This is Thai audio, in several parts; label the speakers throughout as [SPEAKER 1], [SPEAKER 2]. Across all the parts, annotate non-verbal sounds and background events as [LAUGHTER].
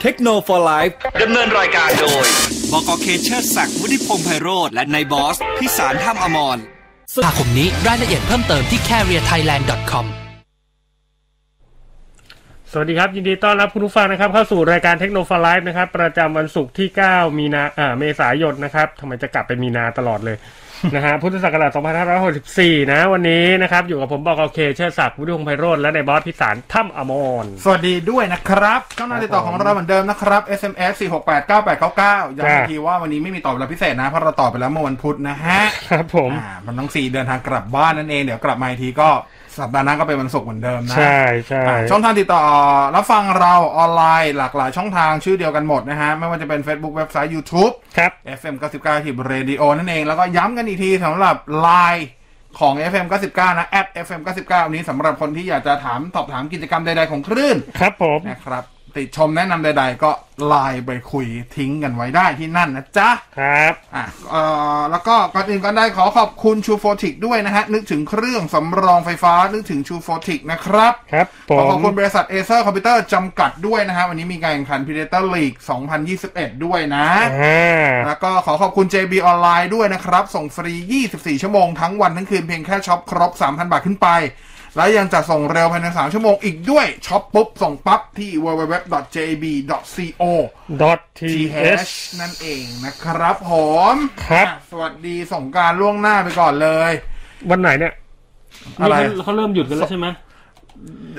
[SPEAKER 1] เทคโนโลยีไลฟ์
[SPEAKER 2] ดำเนินรายการโดย
[SPEAKER 3] บกเคเชอร์ศักดิ์วุฒิพงษ์ไพโรธและนายบอส พิสารท่ามอมร
[SPEAKER 4] สมาคมนี้รายละเอียดเพิ่มเติมที่ carrierthailand.com
[SPEAKER 5] สวัสดีครับ ยินดีต้อนรับคุณผู้ฟังนะครับ เข้าสู่รายการเทคโนโลยีนะครับ ประจำวันศุกร์ที่ 9 มีนาอ่าเมษายนนะครับทำไมจะกลับไปมีนาตลอดเลย [LAUGHS] นะฮะพุทธศักราช2564 นะ วันนี้นะครับ อยู่กับผมบอกโอเค เชิดศักดิ์วุฒิพงษ์ไพโรธและในายบอสพิสารถ้ำอมร
[SPEAKER 6] สวัสดีด้วยนะครับช่องทางติดต่อของเราเหมือนเดิมนะครับ SMS 468 9899ย้ำอีกทีว่าวันนี้ไม่มีตอบรับพิเศษนะ เพราะเราตอบไปแล้วเมื่อวันพุธนะฮะ
[SPEAKER 5] ครับผม
[SPEAKER 6] อ่ามันต้องสี่เดินทางกลับบ้านนั่นเอง เดี๋ยวกลับมาอีกทีก็สัปดาห์หน้าก็เป็นวันศุกร์เหมือนเดิมนะ
[SPEAKER 5] ใช่ใช่
[SPEAKER 6] อ่าช่องทางติดต่อรับฟังเราออนไลน์หลากหลายช่องทางชื่อเดียวกันหมดนะฮะ ไม่ว่าจะเป็น Facebook เว็บไซต์ YouTube
[SPEAKER 5] ครับ
[SPEAKER 6] FM 99ทีบเรดิโอนั่นเอง แล้วก็ย้ำกันอีกทีสำหรับ Line ของ FM 99นะ at FM 99นี้สำหรับคนที่อยากจะถามสอบถามกิจกรรมใดๆของคลื่น
[SPEAKER 5] ครับผม
[SPEAKER 6] นะครับติชมแนะนำใดๆ ก็ไลน์ไปคุยทิ้งกันไว้ได้ที่นั่นนะจ๊ะ
[SPEAKER 5] ครับ
[SPEAKER 6] อ่ะเอ่อแล้วก็ก่อนอื่นก็ได้ขอขอบคุณชูโฟติกด้วยนะฮะ นึกถึงเครื่องสำรองไฟฟ้า นึกถึงชูโฟติกนะครับ
[SPEAKER 5] ครับผ
[SPEAKER 6] ขอขอ
[SPEAKER 5] ม
[SPEAKER 6] บคุณบริษัทเอเซอร์คอมพิวเตอร์จำกัดด้วยนะฮะ วันนี้มีการแข่งขัน Predator League 2021 ด้วยนะ
[SPEAKER 5] อ่า
[SPEAKER 6] แล้วก็ขอขอบคุณ JB ออนไลน์ด้วยนะครับ ส่งฟรี 24 ชั่วโมงทั้งวันทั้งคืนเพียงแค่ช็อปครบ 3,000 บาทขึ้นไป และยังจะส่งเร็วภายใน 3 ชั่วโมงอีกด้วย ช็อปปุ๊บ ส่งปั๊บที่ www.jb.co
[SPEAKER 5] ดอททีเอช
[SPEAKER 6] th นั่นเองนะครับผม
[SPEAKER 5] ครับ
[SPEAKER 6] อ่ะสวัสดีส่งกรารล่วงหน้าไปก่อนเลย
[SPEAKER 5] วันไหนเนี่ย
[SPEAKER 6] อะไร
[SPEAKER 5] นี่เขาเขาเริ่มหยุดกันแล้วใช่ไหม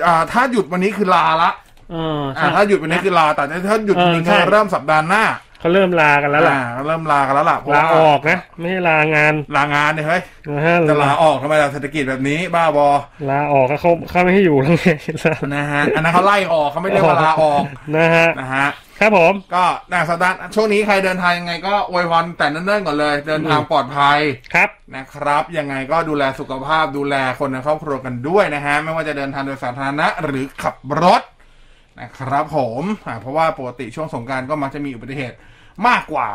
[SPEAKER 6] อ่าถ้าหยุดวันนี้คือลาละ
[SPEAKER 5] เออ
[SPEAKER 6] อ่า
[SPEAKER 5] ใช่
[SPEAKER 6] ถ้าหยุดวันนี้คือลาแต่ถ้าหยุด
[SPEAKER 5] เออ
[SPEAKER 6] จริงๆ
[SPEAKER 5] ใช่
[SPEAKER 6] เริ่มสัปดาห์หน้า
[SPEAKER 5] เขาเริ่มลากันแล้วล่ะ
[SPEAKER 6] อ่าเริ่มลากันแล้วล่ะเพระว่
[SPEAKER 5] ลาออกนะไม่ใช่ลางาน
[SPEAKER 6] ลางานเนี่ยเฮ้ย
[SPEAKER 5] นะฮะ
[SPEAKER 6] จะลาออกทำไมล่ะเศรษฐกิจแบบนี้บ้าบอ
[SPEAKER 5] ลาออกก็เขาเขาไม่ให้อยู่แล้วไงลา
[SPEAKER 6] นะฮะอันนั้นเขาไล่ออกเขาไม่เรียกว่าลาออก
[SPEAKER 5] [LAUGHS] นะฮะ
[SPEAKER 6] นะฮะ
[SPEAKER 5] ครับผม
[SPEAKER 6] ก็นะสัปดาห์ช่วงนี้ใครเดินทางยังไงก็อวยพรแต่เนิ่นๆก่อนเลย เดินทางปลอดภัย
[SPEAKER 5] ครับ
[SPEAKER 6] นะครับ ยังไงก็ดูแลสุขภาพดูแลคนในครอบครัวกันด้วยนะฮะ ไม่ว่าจะเดินทางโดยสาธารณะหรือขับรถนะครับผมอ่าเพราะว่าปกติช่วงสงกรารก็มักจะมีอุบัติเหตุมากกว่า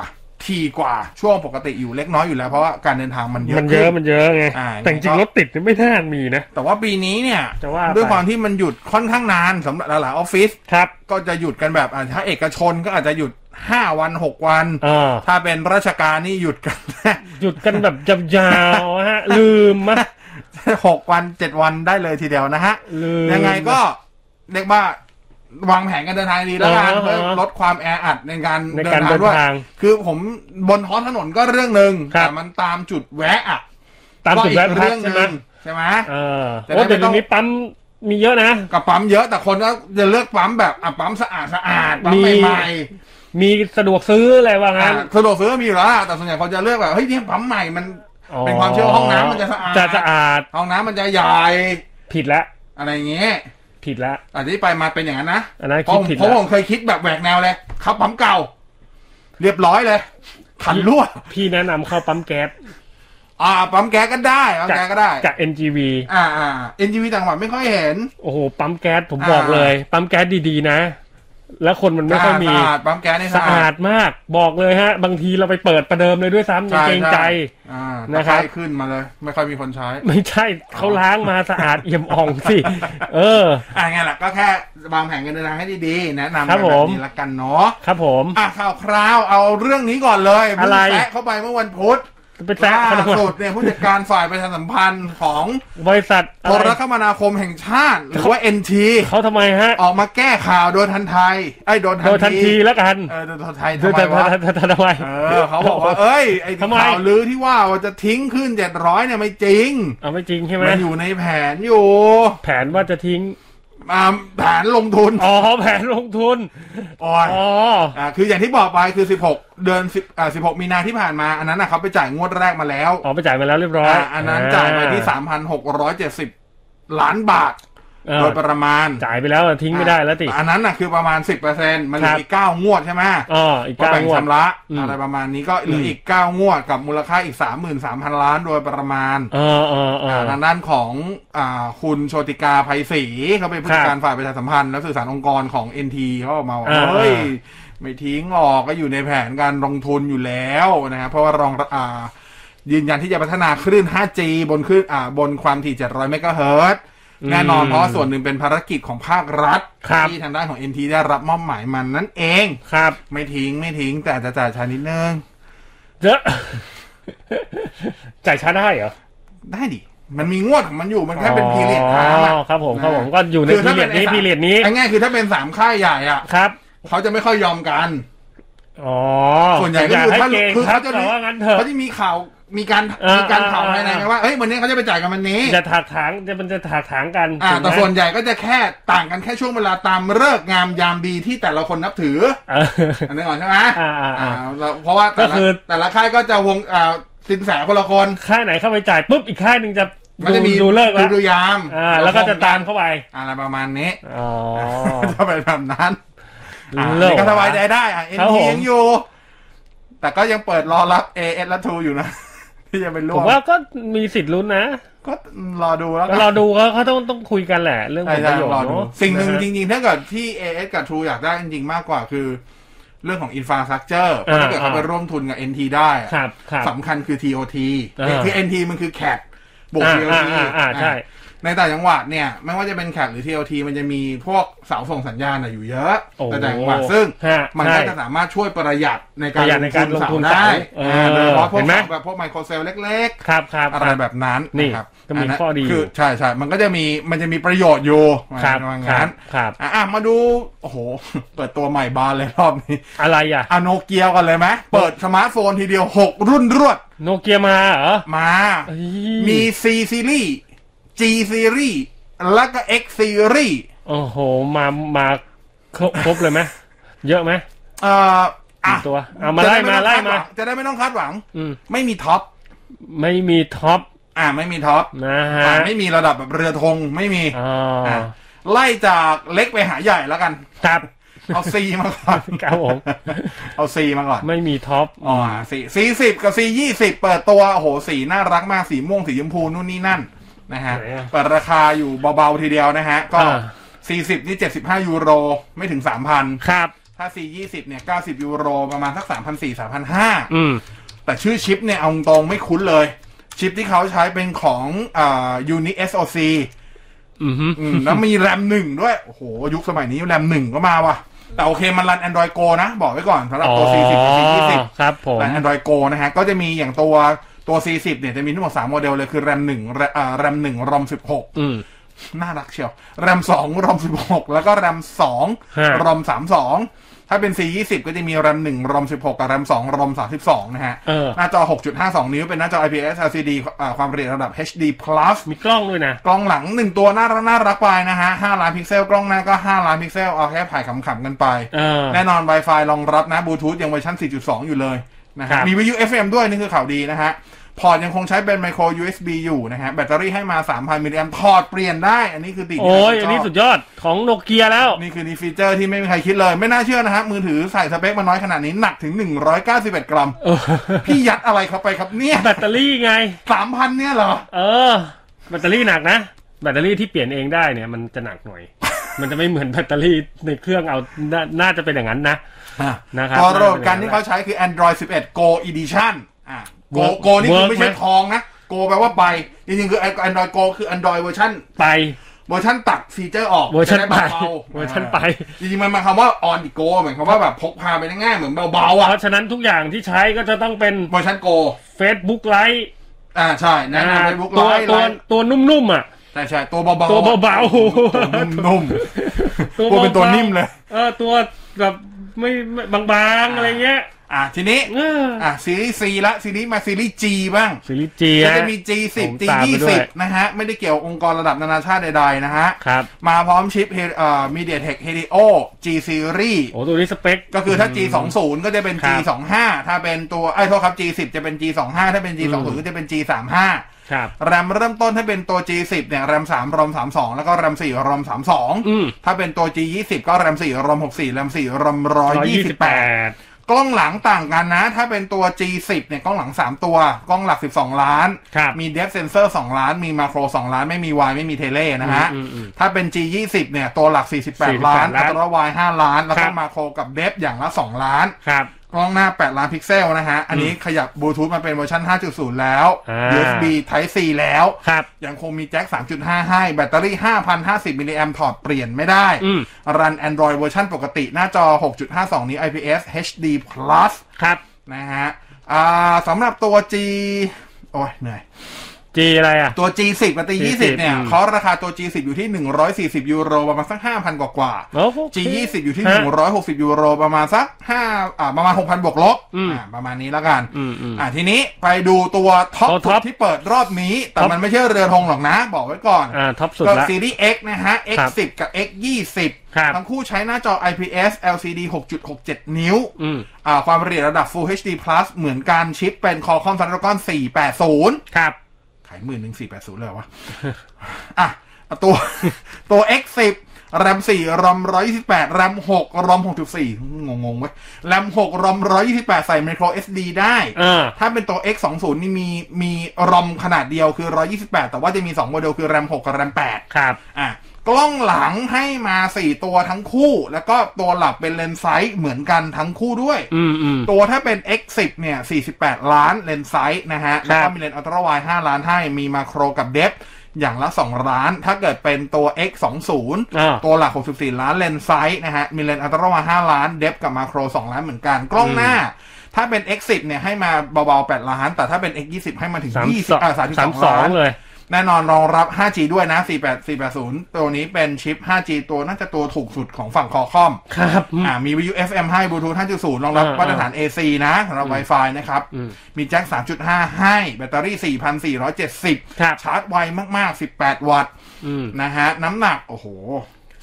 [SPEAKER 6] ทีกว่าช่วงปกติอยู่เล็กน้อยอยู่แล้วเพราะว่าการเดินทางมันเยอะ
[SPEAKER 5] มันเยอะ
[SPEAKER 6] ขึ้
[SPEAKER 5] มันเยอะไง
[SPEAKER 6] อ่า
[SPEAKER 5] แต่จริงๆรถติดนี่ไม่น่ามีนะ
[SPEAKER 6] แต่ว่าปีนี้เนี่ย
[SPEAKER 5] จะว่าไป
[SPEAKER 6] ด้วยความที่มันหยุดค่อนข้างนานสำหรับหลายๆออฟฟิศ
[SPEAKER 5] ครับ
[SPEAKER 6] ก็จะหยุดกันแบบอ่ะถ้าเอกชนก็อาจจะหยุดห้าวันหกวัน
[SPEAKER 5] อ่า
[SPEAKER 6] ถ้าเป็นราชการนี่หยุดกัน
[SPEAKER 5] หยุดกันแบบยาวๆฮะ ลืมมะ
[SPEAKER 6] [LAUGHS] หกวันเจ็ดวันได้เลยทีเดียวนะฮะ
[SPEAKER 5] ลืม
[SPEAKER 6] ยังไงก็เรียกว่าวางแผนการเดินทางดีแล้วกัน
[SPEAKER 5] อ่าฮะ
[SPEAKER 6] เพื่อลดความแออัดในการ
[SPEAKER 5] ใน
[SPEAKER 6] เดิน
[SPEAKER 5] การ
[SPEAKER 6] ทางด้วย
[SPEAKER 5] เดินทาง
[SPEAKER 6] คือผมบนท้องถนนก็เรื่องหนึ่ง
[SPEAKER 5] ครับ
[SPEAKER 6] แต่มันตามจุดแวะอ่ะ
[SPEAKER 5] ตามจุดแวะพัก
[SPEAKER 6] ห
[SPEAKER 5] ใช่ไหม
[SPEAKER 6] นึ่งใช่ไหม
[SPEAKER 5] เออ
[SPEAKER 6] แต่
[SPEAKER 5] โอ้
[SPEAKER 6] ไม่
[SPEAKER 5] แต่
[SPEAKER 6] ต้
[SPEAKER 5] เดี๋ย
[SPEAKER 6] อง
[SPEAKER 5] วนี้ปั๊มมีเยอะนะ
[SPEAKER 6] กับปั๊มเยอะแต่คนก็จะเลือกปั๊มแบบอ่ะปั๊มสะอาดสะอาดปั๊ม
[SPEAKER 5] มี
[SPEAKER 6] ใหม่ๆ
[SPEAKER 5] มีสะดวกซื้ออะไรว่างั้น
[SPEAKER 6] อ่ะสะดวกซื้อมีอยู่แล้วล่ะแต่ส่วนใหญ่เขาจะเลือกแบบเฮ้ยเนี่ยปั๊มใหม่มัน เป็นความเชื่อว่าห้องน้ำมันจะสะอาด
[SPEAKER 5] จะสะอาด
[SPEAKER 6] ห้องน้ำมันจะใหญ่
[SPEAKER 5] ผิดละ
[SPEAKER 6] อะไรอย่างเงี้ย
[SPEAKER 5] ผิดละ
[SPEAKER 6] อันที่ไปมาเป็นอย่างนั้นนะ
[SPEAKER 5] อันนั้น
[SPEAKER 6] เพราะ
[SPEAKER 5] คิดผิดละ
[SPEAKER 6] เพราะผมเคยคิดแบบแหวกแนวเลยเข้าปั๊มเก่า เรียบร้อยเลยขันรั่ว
[SPEAKER 5] พี่แนะนำเข้าปั๊มแก๊ส
[SPEAKER 6] อ่าปั๊มแก๊สก็ได้ปั๊ม
[SPEAKER 5] จาก
[SPEAKER 6] แก๊สก็ได้
[SPEAKER 5] จาก NGV
[SPEAKER 6] อ่าอ่าเอ็นจีวีต่างหวัดไม่ค่อยเห็น
[SPEAKER 5] โอ้โห ปั๊มแก๊สผมบอก
[SPEAKER 6] อ่า
[SPEAKER 5] เลย ปั๊มแก๊สดีๆนะ แล้วคนมันไม่ค่อยมี
[SPEAKER 6] สะอาดปั๊มแก๊สนี่
[SPEAKER 5] สะอาดมากบอกเลยฮะ บางทีเราไปเปิดประเดิมเลยด้วยซ้ำยังเกรงใจ
[SPEAKER 6] อ่า
[SPEAKER 5] นะ
[SPEAKER 6] นะ
[SPEAKER 5] ค
[SPEAKER 6] ค
[SPEAKER 5] รั
[SPEAKER 6] รับ บขึ้นมาเลย ไม่ค่อยมีคนใช้
[SPEAKER 5] ไม่ใช่เขาล้างมาสะอาดเอี่ยมอ่อง
[SPEAKER 6] [LAUGHS]
[SPEAKER 5] สิ เออ
[SPEAKER 6] อ่าไงล่ะก็แค่วางแผนกันเดินทางให้ดีๆแนะนำ
[SPEAKER 5] ครั
[SPEAKER 6] กับ น
[SPEAKER 5] ผ
[SPEAKER 6] แบ
[SPEAKER 5] ม
[SPEAKER 6] บนี้ละกันเนาะ
[SPEAKER 5] ครับผม
[SPEAKER 6] อ่ะข่าวคราวเอาเรื่องนี้ก่อนเลยเพิ่ง
[SPEAKER 5] อะไร
[SPEAKER 6] แซะเข้าไปเมื่อวันพุธ
[SPEAKER 5] ไปแซะ
[SPEAKER 6] ล่า
[SPEAKER 5] เขาทำไม
[SPEAKER 6] สุดเนี่ยผู้จัดการฝ่ายประชาสัมพันธ์ของ
[SPEAKER 5] บริษัทอะ
[SPEAKER 6] โท
[SPEAKER 5] ไร
[SPEAKER 6] รคมนาคมแห่งชาติ หรือว่า NT
[SPEAKER 5] เขาทำไมฮะ
[SPEAKER 6] ออกมาแก้ข่าวโดยทันไทยไอ้ยโดน
[SPEAKER 5] โดยทั
[SPEAKER 6] ทั
[SPEAKER 5] น
[SPEAKER 6] น
[SPEAKER 5] ที
[SPEAKER 6] ที
[SPEAKER 5] แล้วกัน
[SPEAKER 6] เออโดนทันไทย
[SPEAKER 5] โด
[SPEAKER 6] ทำ
[SPEAKER 5] ย
[SPEAKER 6] ไม
[SPEAKER 5] ทัน
[SPEAKER 6] วะ
[SPEAKER 5] ทันทันทันทำไม
[SPEAKER 6] เออเขาบอกว่า เอ้ยไอ้
[SPEAKER 5] ทำไม
[SPEAKER 6] ข่าวลือที่ว่าว่าจะทิ้งขึ้นเจ็ดร้อยเนี่ยไม่จริง
[SPEAKER 5] เอาไม่จริงใช่ไหม
[SPEAKER 6] มันอยู่ในแผนอยู่
[SPEAKER 5] แผนว่าจะทิ้ง
[SPEAKER 6] อ่าแผนลงทุน
[SPEAKER 5] อ๋อ แผนลงทุน
[SPEAKER 6] โอ้ย
[SPEAKER 5] อ๋อ
[SPEAKER 6] อ่าคืออย่างที่บอกไปคือ 16 เดือน10อ่า16 มีนาที่ผ่านมาอันนั้นนะเขาไปจ่ายงวดแรกมาแล้ว
[SPEAKER 5] อ๋อไปจ่ายมาแล้วเรียบร้อย
[SPEAKER 6] อ่ะอันนั้นจ่ายไปที่ 3,670 ล้านบาท
[SPEAKER 5] อ่า
[SPEAKER 6] โดยประมาณ
[SPEAKER 5] จ่ายไปแล้วอะทิ้งไม่ได้แล้วติ
[SPEAKER 6] อ่ะอันนั้นน่ะคือประมาณ 10%มันเหลื
[SPEAKER 5] ครั
[SPEAKER 6] อบ อีก 9 งวดใช่ไหม
[SPEAKER 5] อ๋ออีก
[SPEAKER 6] ก็
[SPEAKER 5] เก้า
[SPEAKER 6] แบ่ง
[SPEAKER 5] งวด
[SPEAKER 6] ชำระ
[SPEAKER 5] อืม
[SPEAKER 6] อะไรประมาณนี้ก็เหลืออีก 9 งวดกับมูลค่าอีก 33,000 ล้านโดยประมาณ
[SPEAKER 5] เออเออเออ
[SPEAKER 6] ทางด้านของอ่าคุณโชติกาภัยศรีเขาเป็นผู้
[SPEAKER 5] ครั
[SPEAKER 6] จัด
[SPEAKER 5] บ
[SPEAKER 6] การฝ่ายประชาสัมพันธ์และสื่อสารองค์กรของ NT เขาออกมาว่า
[SPEAKER 5] อ่า
[SPEAKER 6] เฮ้ยไม่ทิ้งหรอกก็อยู่ในแผนการลงทุนอยู่แล้วนะครับเพราะว่ารองอ่า ยืนยันที่จะพัฒนาคลื่น 5G บนคลื่นอ่าบนความถี่ 700 เมกะเฮิรตซ์ แน่นอนเพราะว่าส่วนหนึ่งเป็นภารกิจของภาครัฐ
[SPEAKER 5] ครับ
[SPEAKER 6] ที่ทางด้านของ NT ได้รับมอบหมายมันนั่นเอง
[SPEAKER 5] ครับ
[SPEAKER 6] ไม่ทิ้งไม่ทิ้งแต่จะจ่ายชานิดนึง
[SPEAKER 5] เยอะ [LAUGHS] จ่ายช้าได้เหรอ
[SPEAKER 6] ได้ดิมันมีงวดของมันอยู่มันแค่เป็นพีเรียดค้างอะ
[SPEAKER 5] อ๋อครับผมครับผม
[SPEAKER 6] นะ
[SPEAKER 5] ก็อยู่ใน
[SPEAKER 6] คือ
[SPEAKER 5] พี
[SPEAKER 6] ถ้า
[SPEAKER 5] เรียด
[SPEAKER 6] ป็
[SPEAKER 5] นี้
[SPEAKER 6] ไอ้
[SPEAKER 5] พีเรียดนี้
[SPEAKER 6] ไอ้ง่ายคือถ้าเป็นสามค่ายใหญ่อ่ะ
[SPEAKER 5] ครับ
[SPEAKER 6] เขาจะไม่ค่อยยอมกัน
[SPEAKER 5] อ๋อ
[SPEAKER 6] ส่วนใหญ่ก็
[SPEAKER 5] อยาก
[SPEAKER 6] คือ
[SPEAKER 5] ให้
[SPEAKER 6] ถ้า
[SPEAKER 5] เก่ง
[SPEAKER 6] คือ
[SPEAKER 5] ครับ
[SPEAKER 6] เขาจะ
[SPEAKER 5] แต่
[SPEAKER 6] มี
[SPEAKER 5] ว่างั้นเถอะ
[SPEAKER 6] เขาจะมีข่าวมีการ
[SPEAKER 5] เออ
[SPEAKER 6] มีการ
[SPEAKER 5] เออ
[SPEAKER 6] ข่าวภายใน
[SPEAKER 5] เออ
[SPEAKER 6] ไงว่าเฮ้ยวันนี้เขาจะไปจ่ายกันวันนี้
[SPEAKER 5] จะถากถางจะมันจะถากถางกัน
[SPEAKER 6] อ่า
[SPEAKER 5] ถูกไหม
[SPEAKER 6] แต่ส่วนใหญ่ก็จะแค่ต่างกันแค่ช่วงเวลาตามฤกษ์งามยามดีที่แต่ละคนนับถือ
[SPEAKER 5] เออ
[SPEAKER 6] อันนี้ก่อนใช่ไหม
[SPEAKER 5] อ่าอ่าอ่า
[SPEAKER 6] เราเพราะว่าแต่
[SPEAKER 5] ก็
[SPEAKER 6] ละ
[SPEAKER 5] คือ
[SPEAKER 6] แต่ละค่ายก็จะวงอ่าสินแสคนละคน
[SPEAKER 5] ค่ายไหนเข้าไปจ่ายปุ๊บอีกค่ายหนึ่งจะ
[SPEAKER 6] มันจะมี
[SPEAKER 5] ดูเลิกษ์แล้ว
[SPEAKER 6] ดูยาม
[SPEAKER 5] อ่า แล้วก็จะตามเข้าไป
[SPEAKER 6] อะไรประมาณนี้ [LAUGHS]
[SPEAKER 5] อ๋อ
[SPEAKER 6] ก็เป็นแบบนั้นอ่า
[SPEAKER 5] เลิก
[SPEAKER 6] ก็สบายใจได้อ่ะเอ็น
[SPEAKER 5] ครับผม
[SPEAKER 6] ยังอยู่ แต่ก็ยังเปิดรอรับเอเอสและทูอยู่นะ [LAUGHS] ที่จะไปร่
[SPEAKER 5] ผ
[SPEAKER 6] วม
[SPEAKER 5] มว่าก็มีสิทธิ์ลุ้นนะ
[SPEAKER 6] ก็รอดูแล้ว
[SPEAKER 5] ก็
[SPEAKER 6] กัน
[SPEAKER 5] เราดูเขาเขาต้องต้องคุยกันแหละ เรื่องผ
[SPEAKER 6] ใช่
[SPEAKER 5] ล
[SPEAKER 6] ใช่
[SPEAKER 5] ประโยช
[SPEAKER 6] รอ
[SPEAKER 5] น์
[SPEAKER 6] ดู
[SPEAKER 5] เนาะ
[SPEAKER 6] สิ่งหนึ่งจ
[SPEAKER 5] ริง
[SPEAKER 6] ริงๆถ้าเกิดที่ AS กับ True อยากได้จริงๆมากกว่าคือ เรื่องของอินฟราสตรักเจอร์
[SPEAKER 5] อ่า
[SPEAKER 6] ถ้าเกิดเขา
[SPEAKER 5] อ่า
[SPEAKER 6] ไปร่วมทุนกับ NT ได้อะ
[SPEAKER 5] ครับครับ
[SPEAKER 6] สำคัญคือ TOT
[SPEAKER 5] อ่า
[SPEAKER 6] คือ NT มันคือแคดบวก
[SPEAKER 5] อ่า
[SPEAKER 6] TOT
[SPEAKER 5] อ่าอ่าอ่าใช่
[SPEAKER 6] อ่าในต่างจังหวัดเนี่ย ไม่ว่าจะเป็นแคดหรือ TOT มันจะมีพวกเสาส่งสัญญาณอะอยู่เยอะ
[SPEAKER 5] โอ้
[SPEAKER 6] แต่ต่างจังหวัดซึ่ง
[SPEAKER 5] ฮะ
[SPEAKER 6] มัน
[SPEAKER 5] ใช่
[SPEAKER 6] ก็จะสามารถช่วยประหยัดในการ
[SPEAKER 5] ประหยัดในการลงทุน
[SPEAKER 6] เสาได้
[SPEAKER 5] เอออ่
[SPEAKER 6] าโดยเฉพาะพวก
[SPEAKER 5] เห็นไหม
[SPEAKER 6] เสาแบบพวกไมโครเซลเล็กๆ
[SPEAKER 5] ครับครับ
[SPEAKER 6] อะไรแบบนั้นะ
[SPEAKER 5] นี่
[SPEAKER 6] ครับ
[SPEAKER 5] ก็มี
[SPEAKER 6] นนั้น
[SPEAKER 5] ข้อดีอยู่
[SPEAKER 6] คือใช่ใช่มันก็จะมีมันจะมีประโยชน์อยู่
[SPEAKER 5] ครับ
[SPEAKER 6] ว่า
[SPEAKER 5] ครั
[SPEAKER 6] งั้น
[SPEAKER 5] บครับ
[SPEAKER 6] อ่ะอ่ะมาดู โอ้โห เปิดตัวใหม่บานเลยรอบนี้
[SPEAKER 5] อะไรอ่ะ
[SPEAKER 6] อะโนเกียวกันเลยไหมเปิดสมาร์ทโฟนทีเดียว 6 รุ่นรวด
[SPEAKER 5] โนเกียมาเหรอ
[SPEAKER 6] มา
[SPEAKER 5] เอ้ย
[SPEAKER 6] มี C Series G Series แล้วก็ X Series
[SPEAKER 5] โอ้โหมามาครบครบเลยไหม
[SPEAKER 6] [LAUGHS]
[SPEAKER 5] เยอะไหม
[SPEAKER 6] เอ่ออ่ะ
[SPEAKER 5] กี่ตัวเอามาไล่มาไล่มา
[SPEAKER 6] จะได้ไม่ต้องคาดหวัง
[SPEAKER 5] อืม
[SPEAKER 6] ไม่มีท็อป
[SPEAKER 5] ไม่มีท็อป
[SPEAKER 6] อ่ะไม่มีท็อป
[SPEAKER 5] นะฮะ
[SPEAKER 6] อ่ะไม่มีระดับแบบเรือธงไม่มี
[SPEAKER 5] อ๋อ
[SPEAKER 6] อ่ะไล่จากเล็กไปหาใหญ่แล้วกัน
[SPEAKER 5] ครับ
[SPEAKER 6] เอาซีมาก่อน
[SPEAKER 5] ครับ
[SPEAKER 6] [LAUGHS]
[SPEAKER 5] ผม
[SPEAKER 6] เอาซีมาก่อน
[SPEAKER 5] ไม่มีท็อป
[SPEAKER 6] อ๋อสีสีสิบกับสียี่สิบเปิดตัวโอ้โหสีน่ารักมากสีม่วงสีชมพูนู่นนี่นั่นนะฮะ
[SPEAKER 5] ไหนอะ
[SPEAKER 6] เปิดราคาอยู่เบา ๆ ทีเดียวนะฮะ ก็
[SPEAKER 5] อ่า
[SPEAKER 6] สี่สิบนี่เจ็ดสิบห้ายูโร ไม่ถึงสามพัน
[SPEAKER 5] ครับ
[SPEAKER 6] ถ้าสียี่สิบเนี่ยเก้าสิบยูโร ประมาณสักสามพันสี่สามพันห้า
[SPEAKER 5] อืม
[SPEAKER 6] แต่ชื่อชิปเนี่ย เอาตรงๆไม่คุ้นเลย ชิปที่เขาใช้เป็นของอ่า Uni SoC
[SPEAKER 5] อืมฮึ
[SPEAKER 6] อืมแล้วมีแรมหนึ่งด้วย โอ้โห ยุคสมัยนี้แรมหนึ่งก็มาว่ะ แต่โอเคมันรัน Android Go นะ บอกไว้ก่อนสำหรับ
[SPEAKER 5] อ๋อ
[SPEAKER 6] ตัว 40กับ40
[SPEAKER 5] ครับผม
[SPEAKER 6] รัน Android Go นะฮะ ก็จะมีอย่างตัวตัว 40 เนี่ย จะมีทั้งหมด3โมเดลเลย คือแรม1แรอ่าแรม1รอม
[SPEAKER 5] อืม
[SPEAKER 6] 16 น่ารักเชียวแรม2รอม16 แล้วก็แรม
[SPEAKER 5] ฮะ
[SPEAKER 6] 2รอม32 ถ้าเป็น C20 ก็จะมีแรม1รอม16 กับแรม2รอม32 นะฮะ
[SPEAKER 5] เออ
[SPEAKER 6] หน้าจอ 6.52 นิ้วเป็นหน้าจอ IPS LCD อ่าความละเอียดระดับ HD Plus
[SPEAKER 5] มีกล้องด้วยนะ
[SPEAKER 6] กล้องหลังหนึ่งตัวน่ารักน่ารักไปนะฮะห้าล้านพิกเซล กล้องหน้าก็ห้าล้านพิกเซล เอาแค่ถ่ายขำๆกันไป
[SPEAKER 5] เออ
[SPEAKER 6] แน่นอน Wi-Fi รองรับนะบลูทูธยังเวอร์ชัน4.2 อยู่เลยนะ
[SPEAKER 5] ครั
[SPEAKER 6] ฮะ
[SPEAKER 5] บ
[SPEAKER 6] มีวิทยุ FM ด้วย นี่คือข่าวดีนะฮะ พอร์ตยังคงใช้เป็นไมโคร USB อยู่นะฮะ แบตเตอรี่ให้มา 3,000มิลลิแอมพอร์ตเปลี่ยนได้ อันนี้คือติ
[SPEAKER 5] โอ้ย
[SPEAKER 6] ที่
[SPEAKER 5] อั
[SPEAKER 6] ผมช
[SPEAKER 5] น
[SPEAKER 6] บ
[SPEAKER 5] นี้สุดยอดของโนเกียแล้ว
[SPEAKER 6] นี่คือนี่ฟีเจอร์ที่ไม่มีใครคิดเลย ไม่น่าเชื่อนะฮะมือถือใส่สเปคมาน้อยขนาดนี้หนักถึง 191 ก
[SPEAKER 5] [LAUGHS]
[SPEAKER 6] รัม
[SPEAKER 5] เออ
[SPEAKER 6] พี่ยัดอะไรเข้าไปครับเนี่ย
[SPEAKER 5] แบตเตอรี่ไง
[SPEAKER 6] 3,000เนี่ยเหรอ
[SPEAKER 5] เออ แบตเตอรี่หนักนะ แบตเตอรี่ที่เปลี่ยนเองได้เนี่ย มันจะหนักหน่อย มันจะไม่เหมือนแบตเตอรี่ในเครื่องเอานาน่าจะเป็นอย่างนั้นนะ นะครับ
[SPEAKER 6] ตัวโรดกันที่เขาใช้คือ Android 11 Go Edition อ่ะ Go
[SPEAKER 5] Work-
[SPEAKER 6] Go นี่คือ
[SPEAKER 5] Work
[SPEAKER 6] ไม่ใช่
[SPEAKER 5] ไหม
[SPEAKER 6] ทองนะ Go แปลว่าไป จริงๆ คือ Android Go คือ Android เวอร์ชัน
[SPEAKER 5] ไป
[SPEAKER 6] เวอร์ชันตัดฟีเจอร์ออก
[SPEAKER 5] เวอร์ชั
[SPEAKER 6] จะ
[SPEAKER 5] น
[SPEAKER 6] ได้
[SPEAKER 5] ไป
[SPEAKER 6] เบาๆ
[SPEAKER 5] เวอร์ชันไป
[SPEAKER 6] าจริงๆ มันหมายความว่า on the go เหมือนคำว่าแบบพกพาไปได้ง่ายเหมือนเบาๆ อ่ะ
[SPEAKER 5] เพราะฉะนั้นทุกอย่างที่ใช้ก็จะต้องเป็น
[SPEAKER 6] เวอร์ชัน Go
[SPEAKER 5] Facebook ไลท์
[SPEAKER 6] อ่าใช่แนะนำ Facebook
[SPEAKER 5] ตัว
[SPEAKER 6] Live
[SPEAKER 5] ตัว
[SPEAKER 6] Live
[SPEAKER 5] ตัวนุ่มๆอ่ะ
[SPEAKER 6] ใช่ใช่ๆตัวเบาๆ
[SPEAKER 5] ตัวเบาๆ
[SPEAKER 6] ตัวนุ่มๆตัวเป็นตัว
[SPEAKER 5] บางๆ
[SPEAKER 6] นิ่มเลย
[SPEAKER 5] เออ ตัวแบบไม่ไม่บางๆอะไรเงี้ย
[SPEAKER 6] อ่ะทีนี้
[SPEAKER 5] เอออ
[SPEAKER 6] อ่ะซีรีส์ C ละซีรีส์มาซีรีส์ G บ้าง
[SPEAKER 5] ซีรีส์จี
[SPEAKER 6] ก็
[SPEAKER 5] นะ
[SPEAKER 6] จะมี G10
[SPEAKER 5] ผมตามไปด้วย
[SPEAKER 6] G20 นะฮะ ไม่ได้เกี่ยวองค์กรระดับนานาชาติใดๆนะฮะ
[SPEAKER 5] ครับ
[SPEAKER 6] มาพร้อมชิปเอ่อ MediaTek Helio G Series
[SPEAKER 5] โอ้ตัวนี้สเปค
[SPEAKER 6] ก็คือถ้า G20 ก็จะเป็น
[SPEAKER 5] ครับ
[SPEAKER 6] G25 ถ้าเป็นตัวไอ้ยโทษครับ G10 จะเป็น G25 ถ้าเป็น G20 ก็จะเป็น G35
[SPEAKER 5] ครับ
[SPEAKER 6] แรมเริ่มต้นถ้าเป็นตัว G10 เนี่ย แรม 3 รอม 32 แล้วก็แรม 4 รอม
[SPEAKER 5] อืม
[SPEAKER 6] 32 ถ้าเป็นตัว G20 ก็แรม 4 รอม 64 แรม 4 รอม 128
[SPEAKER 5] ด
[SPEAKER 6] กล้องหลังต่างกันนะ ถ้าเป็นตัว G10 เนี่ย กล้องหลัง 3 ตัว กล้องหลัก 12 ล้าน
[SPEAKER 5] ครับ
[SPEAKER 6] มี depth sensor 2 ล้าน มี macro 2 ล้าน ไม่มี wide ไม่มีเทเลนะฮะ
[SPEAKER 5] อืมอืมอืม
[SPEAKER 6] ถ้าเป็น G20 เนี่ย ตัวหลัก 48 ล้าน
[SPEAKER 5] 48ล้า
[SPEAKER 6] อั
[SPEAKER 5] น
[SPEAKER 6] ตรา wide 5ล้าน แล้ว
[SPEAKER 5] ครั
[SPEAKER 6] ก็
[SPEAKER 5] บ
[SPEAKER 6] macro กับ depth อย่างละ 2 ล้าน
[SPEAKER 5] ครับ
[SPEAKER 6] กล้องหน้า 8 ล้านพิกเซลนะฮะ อันนี้ขยับบลูทูธมาเป็นเวอร์ชัน5.0 แล้ว
[SPEAKER 5] อ่า
[SPEAKER 6] USB Type C แล้ว
[SPEAKER 5] ครับ
[SPEAKER 6] ยังคงมีแจ็ค 3.5 ให้ แบตเตอรี่ 5,050 มิลลิแอมถอดเปลี่ยนไม่ได้
[SPEAKER 5] อืม
[SPEAKER 6] รัน Android เวอร์ชันปกติหน้าจอ 6.52 นิ้ว IPS HD Plus
[SPEAKER 5] ครับ
[SPEAKER 6] นะฮะอ่าสำหรับตัว G โอ้ยเหนื่อย
[SPEAKER 5] จีอะไรอ่ะ
[SPEAKER 6] ตัว G10 กับตี
[SPEAKER 5] 20
[SPEAKER 6] 20 เนี่ยเขาะราคาตัว G10 อยู่ที่ 140 ยูโรประมาณสัก 5,000 กว่ากว่า
[SPEAKER 5] โอ้โห
[SPEAKER 6] G20 อยู่ที่
[SPEAKER 5] ฮะ
[SPEAKER 6] 160 ยูโรประมาณสัก5อ่าประมาณ 6,000 บวกลบ
[SPEAKER 5] อืม
[SPEAKER 6] อ่าประมาณนี้แล้วกัน
[SPEAKER 5] อืมอืม
[SPEAKER 6] อ่าทีนี้ไปดูตัวท็อป
[SPEAKER 5] ตัวท็
[SPEAKER 6] สุ
[SPEAKER 5] อ
[SPEAKER 6] ด
[SPEAKER 5] ป
[SPEAKER 6] ที่เปิดรอบนี้ แต่
[SPEAKER 5] ท็อป
[SPEAKER 6] มันไม่ใช่เรือธงหรอกนะ บอกไว้ก่อน
[SPEAKER 5] อ่าท็อปสุด
[SPEAKER 6] ก็
[SPEAKER 5] ละ
[SPEAKER 6] ซีรีส์ X นะฮะ
[SPEAKER 5] ครับ
[SPEAKER 6] X10 กับ X20
[SPEAKER 5] ครับ
[SPEAKER 6] ทั้งคู่ใช้หน้าจอ IPS LCD 6.67 นิ้ว
[SPEAKER 5] อืม
[SPEAKER 6] อ่าความละเอียดระดับ Full HD Plus เหมือนการชิปเป็น Qualcomm Snapdragon 480
[SPEAKER 5] ครับ
[SPEAKER 6] ขายหมื่นหนึ่งสี่แปดศูนย์เลยวะ [LAUGHS] อ่ะ ตัว [LAUGHS] ตัว X10 แรม4รอม128แรม6รอม64งงงๆเว้ยแรม6รอม128 ใส่ micro SD ได้
[SPEAKER 5] เออ
[SPEAKER 6] ถ้าเป็นตัว X20 นี่มีมีรอมขนาดเดียวคือ 128 แต่ว่าจะมี 2 โมเดลคือแรม6กับแรม8
[SPEAKER 5] ครับ
[SPEAKER 6] อ่ะ กล้องหลังให้มา 4 ตัวทั้งคู่ แล้วก็ตัวหลักเป็นเลนส์ไซส์เหมือนกันทั้งคู่ด้วย
[SPEAKER 5] อืมอืม
[SPEAKER 6] ตัวถ้าเป็น X10 เนี่ย 48 ล้านเลนส์ไซส์นะฮะ แล้ว
[SPEAKER 5] ครั
[SPEAKER 6] ก็
[SPEAKER 5] บ
[SPEAKER 6] มีเลนส์อัลตร้าไวด์5ล้านให้ มีมาโครกับเดฟอย่างละ 2 ล้าน ถ้าเกิดเป็นตัว X20
[SPEAKER 5] อ่า
[SPEAKER 6] ตัวหลัก 64 ล้านเลนส์ไซส์นะฮะ มีเลนส์อัลตร้าไวด์5ล้าน เดฟกับมาโคร 2 ล้านเหมือนกัน กล้องหน้า ถ้าเป็น X10 เนี่ยให้มาเบาๆ 8 ล้าน แต่ถ้าเป็น X20 ให้มาถึง
[SPEAKER 5] สามสอง
[SPEAKER 6] 20อ่า
[SPEAKER 5] สาม
[SPEAKER 6] 32
[SPEAKER 5] สอ
[SPEAKER 6] ล้าง น
[SPEAKER 5] เลย
[SPEAKER 6] แน่นอนรองรับ 5G ด้วยนะ 48 480 ตัวนี้เป็นชิป 5G ตัวน่าจะตัวถูกสุดของฝั่งคอคอม
[SPEAKER 5] ครับอืม
[SPEAKER 6] อ่ามีวิทยุ FM ให้บลูทูธ5.0รองรับ
[SPEAKER 5] อ่า
[SPEAKER 6] มาตรฐาน AC นะสำหรับ Wi-Fi นะครับ
[SPEAKER 5] อืม
[SPEAKER 6] มีแจ็ค 3.5 ให้ แบตเตอรี่ 4,470
[SPEAKER 5] ครับ
[SPEAKER 6] ชาร์จไวมาก ๆ 18 วัตต์
[SPEAKER 5] อืม
[SPEAKER 6] นะฮะ น้ำหนัก โอ้โห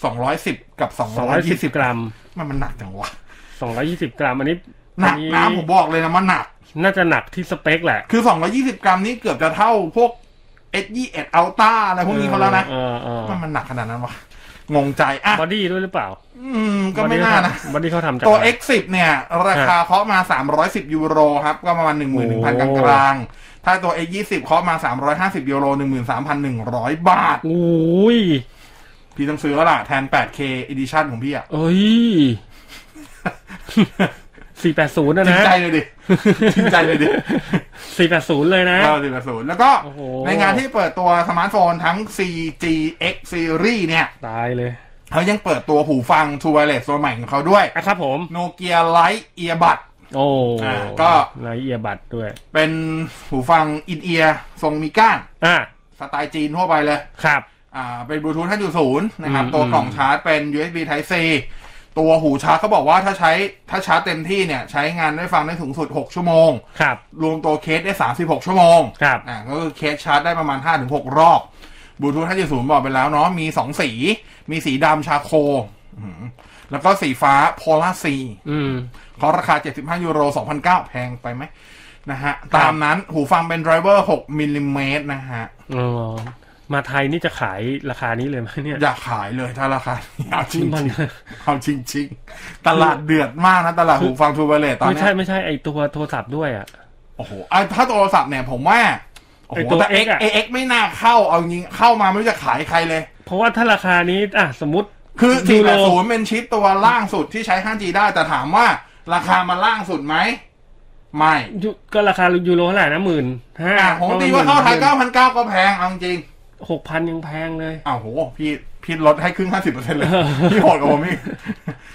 [SPEAKER 6] 210 กับ
[SPEAKER 5] สองร้อยสิบ
[SPEAKER 6] 220
[SPEAKER 5] กรัม
[SPEAKER 6] มันมันหนักจังวะ
[SPEAKER 5] สองร้อยยี่สิบกรัม อันนี้
[SPEAKER 6] หนัก
[SPEAKER 5] อั
[SPEAKER 6] นะผมบอกเลยนะมันหนัก
[SPEAKER 5] น่าจะหนักที่สเปคแหละ
[SPEAKER 6] คือ 220 กรัมนี่เกือบจะเท่าพวก S21 Ultra อะไรพวกนี้เขาแล้วนะ
[SPEAKER 5] เออเออ
[SPEAKER 6] มันมันหนักขนาดนั้นวะ งงใจ อ่ะ
[SPEAKER 5] บอดี้ด้วยหรือเปล่า
[SPEAKER 6] อืม ก็ไม่น่านะ
[SPEAKER 5] บอดี้เขาทำจาก
[SPEAKER 6] ตัว
[SPEAKER 5] อะไร
[SPEAKER 6] X10 เนี่ย ราคาเคาะมา 310 ยูโรครับ ก็ประมาณ 11,000 ก
[SPEAKER 5] โอ้
[SPEAKER 6] ลางกลางๆถ้าตัว X20 เคาะมา 350 ยูโร 13,100 บาท
[SPEAKER 5] โอ้ย
[SPEAKER 6] พี่ต้องซื้อแล้วล่ะ แทน 8K Edition ของพี่อ่ะ
[SPEAKER 5] เอ้ย
[SPEAKER 6] [LAUGHS]
[SPEAKER 5] สี่แปดศูนย์นะ
[SPEAKER 6] จริง
[SPEAKER 5] นะ
[SPEAKER 6] ใจเลย
[SPEAKER 5] [LAUGHS]
[SPEAKER 6] ดิ จริงใจเลยดิ
[SPEAKER 5] สี่แปดศูนย์เลยนะ
[SPEAKER 6] เราสิบศูนย์แล้วก็
[SPEAKER 5] โอ้โห
[SPEAKER 6] ในงานที่เปิดตัวสมาร์ทโฟนทั้ง 4G X Series เนี่ย
[SPEAKER 5] ตายเลย
[SPEAKER 6] เขายังเปิดตัวหูฟัง True Wireless ตัวใหม่ของเขาด้วย
[SPEAKER 5] อ่ะครับผม
[SPEAKER 6] Nokia Lite Earbud
[SPEAKER 5] โอ้
[SPEAKER 6] อ่ะก็
[SPEAKER 5] รายละเอียดบัตรด้วย
[SPEAKER 6] เป็นหูฟังอินเอียร์ทรงมีก้าน
[SPEAKER 5] อ่ะ
[SPEAKER 6] สไตล์จีนทั่วไปเลย
[SPEAKER 5] ครับ
[SPEAKER 6] อ่าเป็นบลูทูธ5.0 นะครับ
[SPEAKER 5] อืม
[SPEAKER 6] ตัว
[SPEAKER 5] อืม
[SPEAKER 6] กล่องชาร์จเป็น USB Type C ตัวหูชาร์จเขาบอกว่าถ้าใช้ถ้าชาร์จเต็มที่เนี่ย ใช้งานได้ฟังได้สูงสุด 6 ชั่วโมง
[SPEAKER 5] ครับ
[SPEAKER 6] รวมตัวเคสได้ 36 ชั่วโมง
[SPEAKER 5] ครับ
[SPEAKER 6] อ่าก็คือเคสชาร์จได้ประมาณ 5-6 รอบบลูทูธ5.0 บอกไปแล้วเนาะมี 2 สี มีสีดำชาโคลอืมแล้วก็สีฟ้า Polar C
[SPEAKER 5] อืม
[SPEAKER 6] ขอราคา 75 ยูโร 2,900 แพงไปไหมนะฮะตามนั้นหูฟังเป็นไดรเวอร์6มิลลิเมตรนะฮะ
[SPEAKER 5] อ๋อมาไทยนี่จะขายราคานี้เลยไหมเนี่ย
[SPEAKER 6] อยากขายเลยถ้าราคานี้เอาจริง
[SPEAKER 5] มัน
[SPEAKER 6] ๆเอาจริงๆ ตลาดเดือดมากนะ ตลาดหูฟังทูเบเลตตอน
[SPEAKER 5] ไม่
[SPEAKER 6] เนี้
[SPEAKER 5] ใช่
[SPEAKER 6] ย
[SPEAKER 5] ไม่ใช่ไอตัวโทรศัพท์ด้วยอ่ะ
[SPEAKER 6] โอ้โหอ่ะถ้าโทรศัพท์เนี่ยผมว่า โอ้โห
[SPEAKER 5] ไอ้ตัว
[SPEAKER 6] แต่ X
[SPEAKER 5] X อะ
[SPEAKER 6] X ไม่น่าเข้าเอาจริงเข้ามาไม่รู้จะขายใครเลย
[SPEAKER 5] เพราะว่าถ้าราคานี้อ่ะสมมติ
[SPEAKER 6] คือ
[SPEAKER 5] ยูโร
[SPEAKER 6] 480 เป็นชิปตัวล่างสุดที่ใช้ 5G ได้ แต่ถามว่าราคามันล่างสุดไหม ไม่
[SPEAKER 5] ยุก็ราคายูโรเท่าไหร่นะหมื่นห้า
[SPEAKER 6] อ่ะผมตีว่าเข้าไทย9,900 ก็แพงเอาจริง
[SPEAKER 5] หกพันยังแพงเลย
[SPEAKER 6] อ้าวโห พี่พี่ลดให้ครึ่ง 50%เลย
[SPEAKER 5] [LAUGHS]
[SPEAKER 6] พี่โหดกว่าผมอีก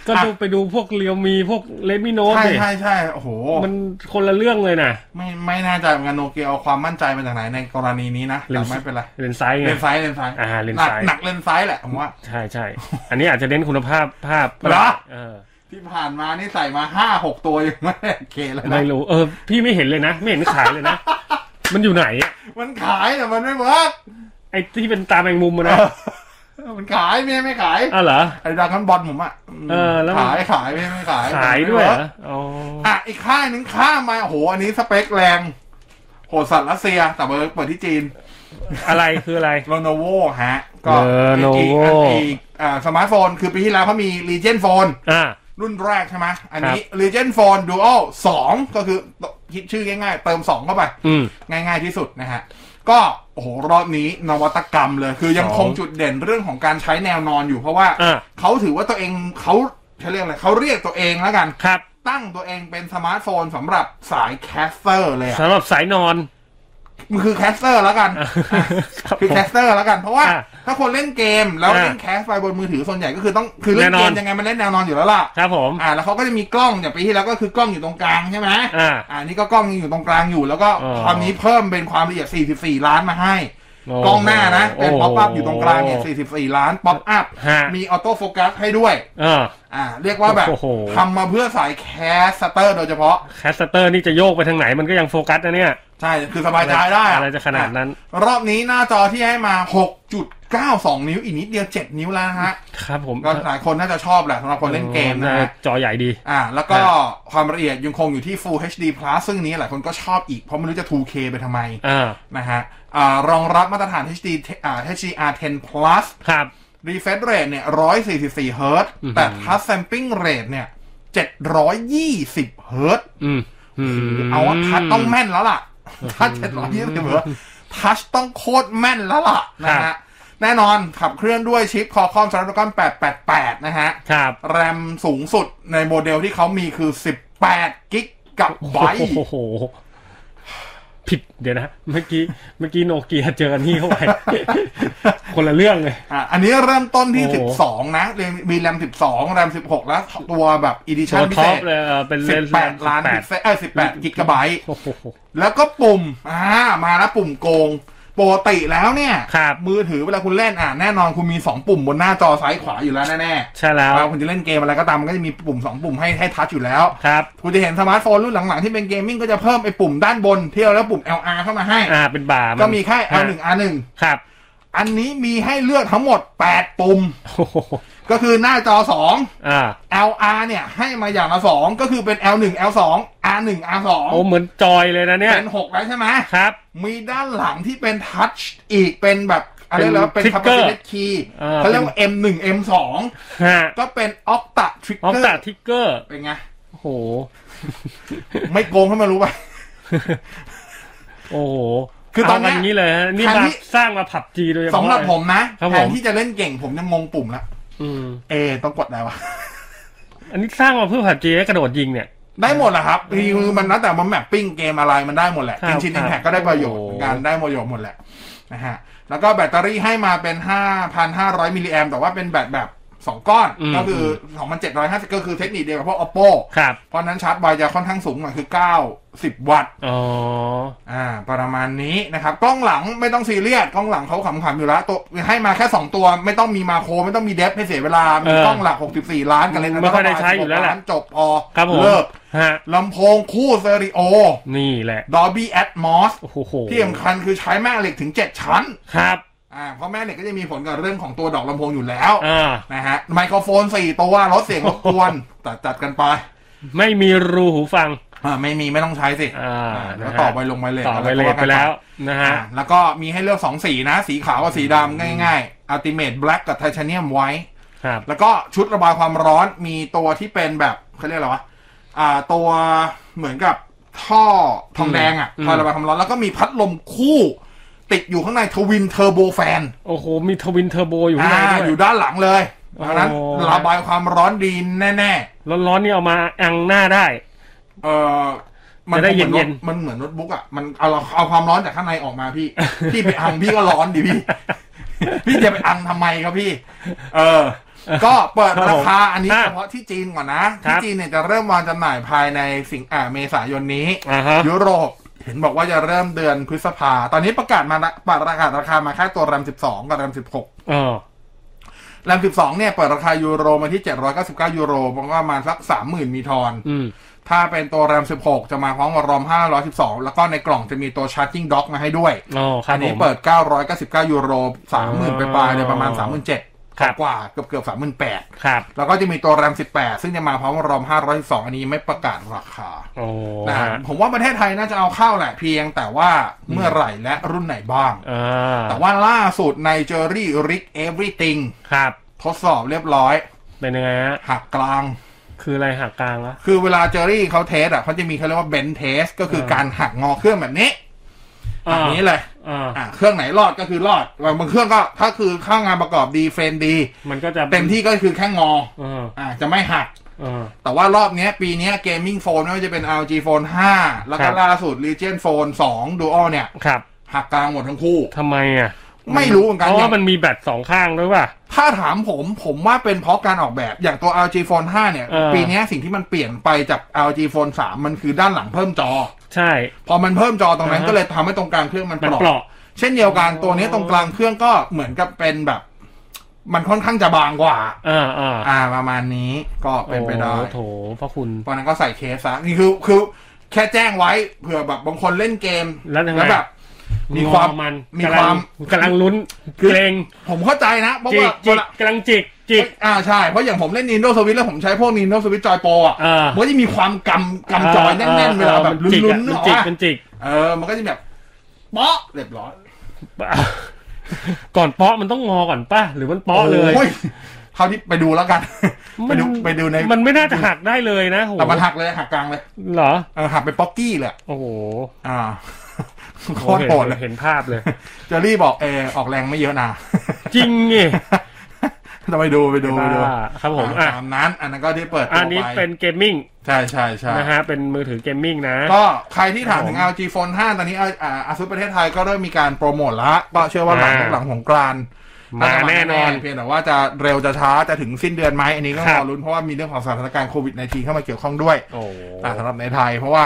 [SPEAKER 5] ก็ดูไปดูพวกเรียวมีพวกเลมิโน
[SPEAKER 6] ใช่
[SPEAKER 5] สิ
[SPEAKER 6] ใช่ใช่โอ้โห
[SPEAKER 5] มันคนละเรื่องเลยนะ
[SPEAKER 6] ไม่ไม่น่าจะเหมือนกันโนเกียเอาความมั่นใจมาจากไหนในกรณีนี้นะ
[SPEAKER 5] เล
[SPEAKER 6] แต่
[SPEAKER 5] นส์
[SPEAKER 6] ไม่เป็นไร
[SPEAKER 5] เลนส์ไซส์ไง
[SPEAKER 6] เลนส์ไซส์เลนส์ไซส์
[SPEAKER 5] อ่าเลนส์
[SPEAKER 6] หนัก
[SPEAKER 5] ไซส์
[SPEAKER 6] หนักเลนส์ไซส์แหละผมว่า
[SPEAKER 5] ใช่ใช่อันนี้อาจจะเน้นคุณภาพภาพ
[SPEAKER 6] เหรอ
[SPEAKER 5] เออ
[SPEAKER 6] ที่ผ่านมานี่ใส่มาห้าหกตัวยังไม่ [LAUGHS] ได้เคเลยนะ
[SPEAKER 5] ไม่รู้เออ พี่ไม่เห็นเลยนะ ไม่เห็นขายเลยนะ มันอยู่ไหนอะ
[SPEAKER 6] มันขายแต่มันไม่เวิร์ก
[SPEAKER 5] [LAUGHS] ไอที่เป็นตาแมงมุมอะ
[SPEAKER 6] เอ
[SPEAKER 5] นะ
[SPEAKER 6] อมันขายไม่ให้ไม่ขาย
[SPEAKER 5] อ้าวเหรอ
[SPEAKER 6] ไอ้ดังกันบอลผมอ่ะม
[SPEAKER 5] เออแล้วมัน
[SPEAKER 6] ขายขายไม่ให้ไม่ขาย
[SPEAKER 5] ขายด้วยเหรออ๋อ
[SPEAKER 6] อ่ะอีกค่ายหนึ่งข้ามมาโอ้โหอันนี้สเปคแรงโหดสัตว์รัสเซียแต่เบิร์กเปิดที่จีน
[SPEAKER 5] อะไรคืออะไร
[SPEAKER 6] โ e โนโวฮะ ก็เป็นอีก
[SPEAKER 5] Lenovo
[SPEAKER 6] อันอีกอ่าสมาร์ทโฟนคือปีที่แล้วเขามี Legion Phone
[SPEAKER 5] อ่า
[SPEAKER 6] รุ่นแรกใช่ไหมอันนี้ Legion Phone Dual 2 ก็คือคิดชื่อง่ายๆ เติม 2 เข้าไป
[SPEAKER 5] อืม
[SPEAKER 6] ง่ายๆที่สุดนะฮะ ก็โอ้โห รอบนี้นวัตกรรมเลย คือยังคงจุดเด่นเรื่องของการใช้แนวนอนอยู่เพราะว่า
[SPEAKER 5] อ่า
[SPEAKER 6] เขาถือว่าตัวเองเขาเขาเรียกอะไรเขาเรียกตัวเองแล้วกัน
[SPEAKER 5] ครับ
[SPEAKER 6] ตั้งตัวเองเป็นสมาร์ทโฟนสำหรับสายแคสเตอร์เลยอะ
[SPEAKER 5] สำหรับสายนอน
[SPEAKER 6] มันคือแคสเตอร์แล้วกัน
[SPEAKER 5] ครับ
[SPEAKER 6] คือ
[SPEAKER 5] ผม
[SPEAKER 6] แคสเตอร์แล้วกัน เพราะว่า
[SPEAKER 5] อ่ะ
[SPEAKER 6] ถ้าคนเล่นเกมแล้ว
[SPEAKER 5] อ่ะ
[SPEAKER 6] เล่นแคสไปบนมือถือส่วนใหญ่ก็คือต้องคือเล่น
[SPEAKER 5] แน่
[SPEAKER 6] เก
[SPEAKER 5] น
[SPEAKER 6] ม
[SPEAKER 5] อน
[SPEAKER 6] ยังไงมันเล่นแนวนอนอยู่แล้วล่ะ
[SPEAKER 5] ครับผม
[SPEAKER 6] อ่า แล้วเขาก็จะมีกล้องอย่างปีที่แล้วก็คือกล้องอยู่ตรงกลางใช่ไหม
[SPEAKER 5] อ่ะ
[SPEAKER 6] อ่านี่ก็กล้องยังอยู่ตรงกลางอยู่แล้วก็
[SPEAKER 5] อ๋อ
[SPEAKER 6] ความนี้เพิ่มเป็นความละเอียด 44 ล้านมาให้ กล้องหน้านะ เป็นป๊อปอัพอยู่ตรงกลางเนี่ย 44 ล้านป๊อปอัพ
[SPEAKER 5] ฮะ
[SPEAKER 6] มีออโต้โฟกัสให้ด้วย
[SPEAKER 5] เออ
[SPEAKER 6] อ่า เรียกว่าแบบ
[SPEAKER 5] โอ้โห
[SPEAKER 6] ทำมาเพื่อสายแคสเตอร์โดยเฉพาะ
[SPEAKER 5] แคสเตอร์นี่จะโยกไปทางไหนมันก็ยังโฟกัสนะเนี่ย
[SPEAKER 6] ใช่ คือสบายใจได้
[SPEAKER 5] อะไรจะขนาดนั้น
[SPEAKER 6] อ่ะรอบนี้หน้าจอที่ให้มา 6.92 นิ้วอีกนิดเดียว 7 นิ้วแล้วนะฮะ
[SPEAKER 5] ครับผม
[SPEAKER 6] ก็หลายคนน่าจะชอบแหละสำหรับคนเล่นเกมนะฮะ
[SPEAKER 5] จอใหญ่ดี
[SPEAKER 6] อ่า แล้วก็ความละเอียดยังคงอยู่ที่ Full HD Plus ซึ่งนี้หลายคนก็ชอบอีก เพราะไม่รู้จะ 2K ไปทำไม
[SPEAKER 5] อ่า
[SPEAKER 6] นะฮะ อ่ารองรับมาตรฐาน HD อ่า HDR10 Plus
[SPEAKER 5] ครับ
[SPEAKER 6] refresh rate เนี่ย 144 เฮิร์ตซ์แต่ touch sampling rate เนี่ย 720 เฮิร์ตซ์
[SPEAKER 5] อืมอืม
[SPEAKER 6] เอาว่าทัชต้องแม่นแล้วล่ะ ทัช720 เฮิร์ตซ์ทัชต้องโคตรแม่นแล้วล่ะนะฮะ แน่นอนขับเคลื่อนด้วยชิป Qualcomm Snapdragon 888 นะฮะ
[SPEAKER 5] ครับ
[SPEAKER 6] แรมสูงสุดในโมเดลที่เขามีคือ 18 กิกะไบต์
[SPEAKER 5] โอ้โห ผิดเดี๋ยวนะ เมื่อกี้ เมื่อกี้โนเกียเจออันนี้เข้าไป [LAUGHS] คนละเรื่องเลย
[SPEAKER 6] อ่ะอันนี้เริ่มต้นที่
[SPEAKER 5] โอ้โห
[SPEAKER 6] 12 นะเรียนมีแรม 12 แรม 16 แล้วตัวแบบ e d i t i o
[SPEAKER 5] ตั
[SPEAKER 6] n
[SPEAKER 5] ว
[SPEAKER 6] พิ
[SPEAKER 5] ท็
[SPEAKER 6] เศ
[SPEAKER 5] อป
[SPEAKER 6] ษ
[SPEAKER 5] เลยเออเป็นเล
[SPEAKER 6] สิบ
[SPEAKER 5] นส์
[SPEAKER 6] แปดล้าน
[SPEAKER 5] แป
[SPEAKER 6] พิ
[SPEAKER 5] ด
[SPEAKER 6] กเซลเอ้ยสิบแปดกิกะไบต์
[SPEAKER 5] โอ้โห
[SPEAKER 6] แล้วก็ปุ่มอ่ามาแล้วปุ่มโกงปกติแล้วเนี่ย
[SPEAKER 5] ครับ
[SPEAKER 6] มือถือเวลาคุณเล่นอ่ะแน่นอนคุณมีสองปุ่มบนหน้าจอซ้ายขวาอยู่แล้วแน่
[SPEAKER 5] ใช่
[SPEAKER 6] ๆ
[SPEAKER 5] แล้ว
[SPEAKER 6] เวลาคุณจะเล่นเกมอะไรก็ตามมันก็จะมีปุ่มสองปุ่มให้ให้ทัชอยู่แล้ว
[SPEAKER 5] ครับ
[SPEAKER 6] คุณจะเห็นสมาร์ทโฟนรุ่นหลังๆที่เป็นเกมมิ่งก็จะเพิ่มไอ้ปุ่มด้านบนที่เราแล้วปุ่ม LR เข้ามาให้
[SPEAKER 5] อ่า เป็นบาร์น
[SPEAKER 6] ก็มีแค่
[SPEAKER 5] อ่า
[SPEAKER 6] L1 R1
[SPEAKER 5] ครับ
[SPEAKER 6] อันนี้มีให้เลือกทั้งหมด 8 ปุ่ม
[SPEAKER 5] โอ้โห
[SPEAKER 6] ก็คือหน้าจอ 2
[SPEAKER 5] อ่า
[SPEAKER 6] LR เนี่ยให้มาอย่างละ2ก็คือเป็น L1 L2 R1 R2
[SPEAKER 5] โอ้เหมือนจอยเลยนะเนี่ย
[SPEAKER 6] เป็นหกแล้วใช่ไหม
[SPEAKER 5] ครับ
[SPEAKER 6] มีด้านหลังที่เป็นทัชอีกเป็นแบบอะไรแล้ว
[SPEAKER 5] เป็
[SPEAKER 6] เป็น น
[SPEAKER 5] trigger
[SPEAKER 6] คัพเปอร์คีย์
[SPEAKER 5] อ่า
[SPEAKER 6] เขาเรียกว่า M1 M2
[SPEAKER 5] ฮะ
[SPEAKER 6] ก็เป็นออกต t ทริก
[SPEAKER 5] ออก
[SPEAKER 6] เกอ
[SPEAKER 5] ตา
[SPEAKER 6] ร์
[SPEAKER 5] ทิกเกอร์
[SPEAKER 6] เป็นไง
[SPEAKER 5] โอ้โห
[SPEAKER 6] ไม่โกงให้มันรู้
[SPEAKER 5] [LAUGHS]
[SPEAKER 6] ป่ะ
[SPEAKER 5] โอ้โห
[SPEAKER 6] คือตอนเนี้ย
[SPEAKER 5] เากัย่างนี้เลยฮะ นี่
[SPEAKER 6] แทน
[SPEAKER 5] มา
[SPEAKER 6] ที่
[SPEAKER 5] สร้างมาผับจีโดยเฉพาะ
[SPEAKER 6] สำหรับ
[SPEAKER 5] เลย
[SPEAKER 6] ผมนะครับ แท
[SPEAKER 5] ผ
[SPEAKER 6] น
[SPEAKER 5] ม
[SPEAKER 6] ที่จะเล่นเก่งผมยังงงปุ่มละ
[SPEAKER 5] อืม
[SPEAKER 6] เอต้องกดอะไรวะ
[SPEAKER 5] อันนี้สร้างมาเพื่อผับจีให้กระโดดยิงเนี่ย
[SPEAKER 6] ได้หมดแหละครับคือมันแล้วแต่มันแมปปิ้งเกมอะไรมันได้หมดแหละ
[SPEAKER 5] ครับ
[SPEAKER 6] เกมชินอินแพค
[SPEAKER 5] ครับ
[SPEAKER 6] ก็ได้ประโยชน์
[SPEAKER 5] โอ้โห
[SPEAKER 6] เหมือนกันได้ประโยชน์หมดแหละนะฮะแล้วก็แบตเตอรี่ให้มาเป็น 5,500มิลลิแอมแต่ว่าเป็นแบตแบบสองก้อนก็คือ2,750ก็คือเทคนิคเดียวกับพวก oppo
[SPEAKER 5] ครับ
[SPEAKER 6] เพราะฉะนั้นชาร์จไวจะค่อนข้างสูงหน่อยคือ 90 วัตต์
[SPEAKER 5] อ๋อ
[SPEAKER 6] อ่า ประมาณนี้นะครับ กล้องหลังไม่ต้องซีเรียส กล้องหลังเขาขำๆอยู่แล้ว ตัวให้มาแค่ 2 ตัวไม่ต้องมีมาโครไม่ต้องมีเดฟให้เสียเวลา มี
[SPEAKER 5] เออก
[SPEAKER 6] ล้องหลัก 64 ล้านกันเลยนะ
[SPEAKER 5] ไม่ค่อยได้ใช้อยู่แล้วแหละ
[SPEAKER 6] านจบพอ
[SPEAKER 5] ครับผม
[SPEAKER 6] เลิก
[SPEAKER 5] ฮะ
[SPEAKER 6] ลำโพงคู่เซริโอ
[SPEAKER 5] นี่แหละ
[SPEAKER 6] Dolby Atmos
[SPEAKER 5] โอ้โห
[SPEAKER 6] ที่สำคัญคือใช้แม่เหล็กถึง 7 ชั้น
[SPEAKER 5] ครับ
[SPEAKER 6] อ่า เพราะแม่เหล็กก็จะมีผลกับเรื่องของตัวดอกลำโพงอยู่แล้ว
[SPEAKER 5] อ่า
[SPEAKER 6] นะฮะ ไมโครโฟน 4 ตัวลดเสียงรบกวนแต่จัดกันไป
[SPEAKER 5] ไม่มีรูหูฟัง
[SPEAKER 6] อ่าไม่มีไม่ต้องใช้สิ
[SPEAKER 5] อ่า
[SPEAKER 6] อ่าแล้ว
[SPEAKER 5] นะ
[SPEAKER 6] ต่อ
[SPEAKER 5] ฮะ
[SPEAKER 6] ไปลงไปเลย
[SPEAKER 5] ต่อไปเลยไปแล้วนะฮะ
[SPEAKER 6] อ่าแล้วก็มีให้เลือกสองสีนะ สีขาวกับสีดำง่ายๆ Ultimate Black กับ Titanium White
[SPEAKER 5] ครับ
[SPEAKER 6] แล้วก็ชุดระบายความร้อนมีตัวที่เป็นแบบเขาเรียกอะไรวะอ่า ตัวเหมือนกับท่อทองแดงอ่ะ
[SPEAKER 5] อืม
[SPEAKER 6] ท่อระบายความร้อนแล้วก็มีพัดลมคู่ ติดอยู่ข้างในทวินเทอร์โบแฟน
[SPEAKER 5] โอ้โห มีทวินเทอร์โบอยู่ข้าง
[SPEAKER 6] อ่า
[SPEAKER 5] ในด้วย
[SPEAKER 6] อยู่ด้านหลังเลยดังนั้น
[SPEAKER 5] โอ้
[SPEAKER 6] ระบายความร้อนดีแน่ๆ
[SPEAKER 5] ร้อนๆนี่เอามาอังหน้าได้
[SPEAKER 6] เออมัน
[SPEAKER 5] จะได้
[SPEAKER 6] ก็เหมือน
[SPEAKER 5] เย็น
[SPEAKER 6] โต
[SPEAKER 5] ๆ
[SPEAKER 6] มันเหมือนโน้ตบุ๊กอ่ะ มันเอาเอาความร้อนจากข้างในออกมา
[SPEAKER 5] [LAUGHS]
[SPEAKER 6] พี่ พี่ไปอังพี่ก็ร้อนดิพี่ [LAUGHS] พี่จะไปอังทำไมครับพี่ เออ
[SPEAKER 5] [LAUGHS]
[SPEAKER 6] ก็เปิดราคาอันนี้เฉพาะที่จีนก่อนนะ ที่จีนเนี่ยจะเริ่มวางจำหน่ายภายในสิงอ่าเมษายนนี้
[SPEAKER 5] อ่าฮะ
[SPEAKER 6] ยุโรปเห็นบอกว่าจะเริ่มเดือนพฤษภา ตอนนี้ประกาศมาละประกาศราคามาแค่ตัวแรม 12 กับแรม 16
[SPEAKER 5] เออ
[SPEAKER 6] แรม 12 เนี่ย เปิดราคายูโรมาที่ 799 ยูโรประมาณสัก 30,000 มีทอน
[SPEAKER 5] อืม
[SPEAKER 6] ถ้าเป็นตัว RAM 16 จะมาพร้อมกับ ROM 512 แล้วก็ในกล่องจะมีตัว Charging Dock มาให้ด้วย
[SPEAKER 5] อ๋อ ครับ
[SPEAKER 6] อันนี้
[SPEAKER 5] ผม
[SPEAKER 6] เปิด 999 ยูโร 30,000 ไปปลายๆเลยประมาณ 37,000
[SPEAKER 5] ครับ
[SPEAKER 6] กว่าๆเกือบเกือบ38,000
[SPEAKER 5] ครับ
[SPEAKER 6] แล้วก็จะมีตัว RAM 18 ซึ่งจะมาพร้อมกับ ROM 512 อันนี้ไม่ประกาศราคา
[SPEAKER 5] โอ้
[SPEAKER 6] นะ
[SPEAKER 5] ฮะ
[SPEAKER 6] ผมว่าประเทศไทยน่าจะเอาเข้าแหละเพียงแต่ว่าเมื่อไหร่และรุ่นไหนบ้าง
[SPEAKER 5] อ่า
[SPEAKER 6] แต่ว่าล่าสุดใน Jerry Rick Everything
[SPEAKER 5] ครับ
[SPEAKER 6] ทดสอบเรียบร้อย
[SPEAKER 5] เป็นยังไงฮะ
[SPEAKER 6] หักกลาง
[SPEAKER 5] คืออะไรหักกลางวะ
[SPEAKER 6] คือเวลาเจอรี่เขาเทสอ่ะเขาจะมีเขาเรียกว่าเบนเทสก็คือ
[SPEAKER 5] เออ
[SPEAKER 6] การหักงอเครื่องแบบนี้
[SPEAKER 5] อ่า
[SPEAKER 6] แบบนี้เลย
[SPEAKER 5] อ่า
[SPEAKER 6] อ่ะเครื่องไหนรอดก็คือรอดบางเครื่องก็ถ้าคือข้างงานประกอบดีเฟรมดี
[SPEAKER 5] มันก็จะ
[SPEAKER 6] เต็มที่ก็คือแค่งอ
[SPEAKER 5] อ่า
[SPEAKER 6] อ่ะจะไม่หัก
[SPEAKER 5] อ่า
[SPEAKER 6] แต่ว่ารอบเนี้ยปีเนี้เกมมิ่งโฟนไม่ว่าจะเป็น LG Phone 5 แล้ว
[SPEAKER 5] ครั
[SPEAKER 6] ก็
[SPEAKER 5] บ
[SPEAKER 6] ล่าสุด Legion Phone 2 Dual เนี่ย
[SPEAKER 5] ครับ
[SPEAKER 6] หักกลางหมดทั้งคู่
[SPEAKER 5] ทำไมอ่ะ
[SPEAKER 6] ไม่รู้เหมือนกัน
[SPEAKER 5] เพราะ
[SPEAKER 6] อย่า
[SPEAKER 5] ว่าง มันมีแบตสองข้างด้วยป่ะ
[SPEAKER 6] ถ้าถามผมผมว่าเป็นเพราะการออกแบบอย่างตัว LG Phone 5 เนี่ย
[SPEAKER 5] เออ
[SPEAKER 6] ปีเนี้ยสิ่งที่มันเปลี่ยนไปจาก LG Phone 3 มันคือด้านหลังเพิ่มจอ
[SPEAKER 5] ใช่
[SPEAKER 6] พอมันเพิ่มจอตรงนั้น
[SPEAKER 5] อ่าฮะ
[SPEAKER 6] ก็เลยทำให้ตรงกลางเครื่องมัน
[SPEAKER 5] มัน
[SPEAKER 6] เป
[SPEAKER 5] เป
[SPEAKER 6] ราะ
[SPEAKER 5] ราะ
[SPEAKER 6] เช่นเดียวกันตัวเนี้ย
[SPEAKER 5] อ๋อ
[SPEAKER 6] ตรงกลางเครื่องก็เหมือนกับเป็นแบบ มันค่อนข้างจะบางกว่า
[SPEAKER 5] อ่าอ่า
[SPEAKER 6] อ่าประมาณนี้ก็เป็นไปได้
[SPEAKER 5] โอ้โถพระคุณ
[SPEAKER 6] ตอนนั้นก็ใส่เคสซะนี่คือคือแค่แจ้งไว้เผื่อแบบบางคนเล่นเกม
[SPEAKER 5] แล้วยังไง
[SPEAKER 6] แบบ มีความ
[SPEAKER 5] งอมัน
[SPEAKER 6] มีความ
[SPEAKER 5] กำลังกำลังลุ้น
[SPEAKER 6] คือ
[SPEAKER 5] เกรง
[SPEAKER 6] ผมเข้าใจนะเพราะ
[SPEAKER 5] จิ
[SPEAKER 6] ว่าก
[SPEAKER 5] จิ
[SPEAKER 6] เว
[SPEAKER 5] ก
[SPEAKER 6] ลา
[SPEAKER 5] ๆกำลังจิกจิก
[SPEAKER 6] อ่าใช่ เพราะอย่างผมเล่น Nintendo Switch แล้วผมใช้พวก Nintendo Switch Joy Pro อ่ะ
[SPEAKER 5] อ่ามั
[SPEAKER 6] มันก็จะมีความกำกำจอยแน่นๆเวลาแบบ
[SPEAKER 5] ออ
[SPEAKER 6] ลุ้นๆ
[SPEAKER 5] มั
[SPEAKER 6] เน
[SPEAKER 5] น
[SPEAKER 6] อะ
[SPEAKER 5] จิกอะมันจิก
[SPEAKER 6] เออ มันก็จะแบบเปาะเรียบร้อย
[SPEAKER 5] มันจิก ก่อนเปาะมันต้องงอก่อนป่ะ หรือมันเปาะเลย
[SPEAKER 6] โอ้เท่าที่ไปดูแล้วกัน ไป
[SPEAKER 5] มัน
[SPEAKER 6] ดูไปดูใน
[SPEAKER 5] มันไม่น่าจะหักได้เลยนะโห
[SPEAKER 6] แต่มันหักเลยหักกลางเลย
[SPEAKER 5] เหรอ
[SPEAKER 6] เออหักเป็นป๊อกกี้เลย
[SPEAKER 5] โอ้โห
[SPEAKER 6] อ่าโคตรโหดเลย
[SPEAKER 5] เห็นภาพเลย
[SPEAKER 6] เจอรี่บอกเออออกแรงไม่เยอะนะ [LAUGHS]
[SPEAKER 5] จริงไง
[SPEAKER 6] ต้องไปดูไปดูไปดู
[SPEAKER 5] บ้าครับผมอ่ะ
[SPEAKER 6] ตามนั้น อันนั้นก็ที่เปิดตัว
[SPEAKER 5] อันนี้
[SPEAKER 6] ไป
[SPEAKER 5] เป็นเกมมิ่ง
[SPEAKER 6] ใช่ใช่ใช่
[SPEAKER 5] นะฮะ เป็นมือถือเกมมิ่งนะ
[SPEAKER 6] ก็ใครที่ถามถึง
[SPEAKER 5] ครับผม
[SPEAKER 6] LG Phone 5 ตอนนี้เอาอ่าอาซุประเทศไทยก็เริ่มมีการโปรโมทละก็เชื่อว่าหลัง
[SPEAKER 5] อ่า
[SPEAKER 6] หลังสงกรานต์
[SPEAKER 5] มาแน่นอน
[SPEAKER 6] เพียงแต่ว่าจะเร็วจะช้าจะถึงสิ้นเดือนไหมอันนี้ก็
[SPEAKER 5] ครั
[SPEAKER 6] ร
[SPEAKER 5] บ
[SPEAKER 6] อลุ้นเพราะว่ามีเรื่องของสถานการณ์โควิด -19 เข้ามาเกี่ยวข้องด้วย
[SPEAKER 5] โอ้
[SPEAKER 6] อ่าสำหรับในไทย เพราะว่า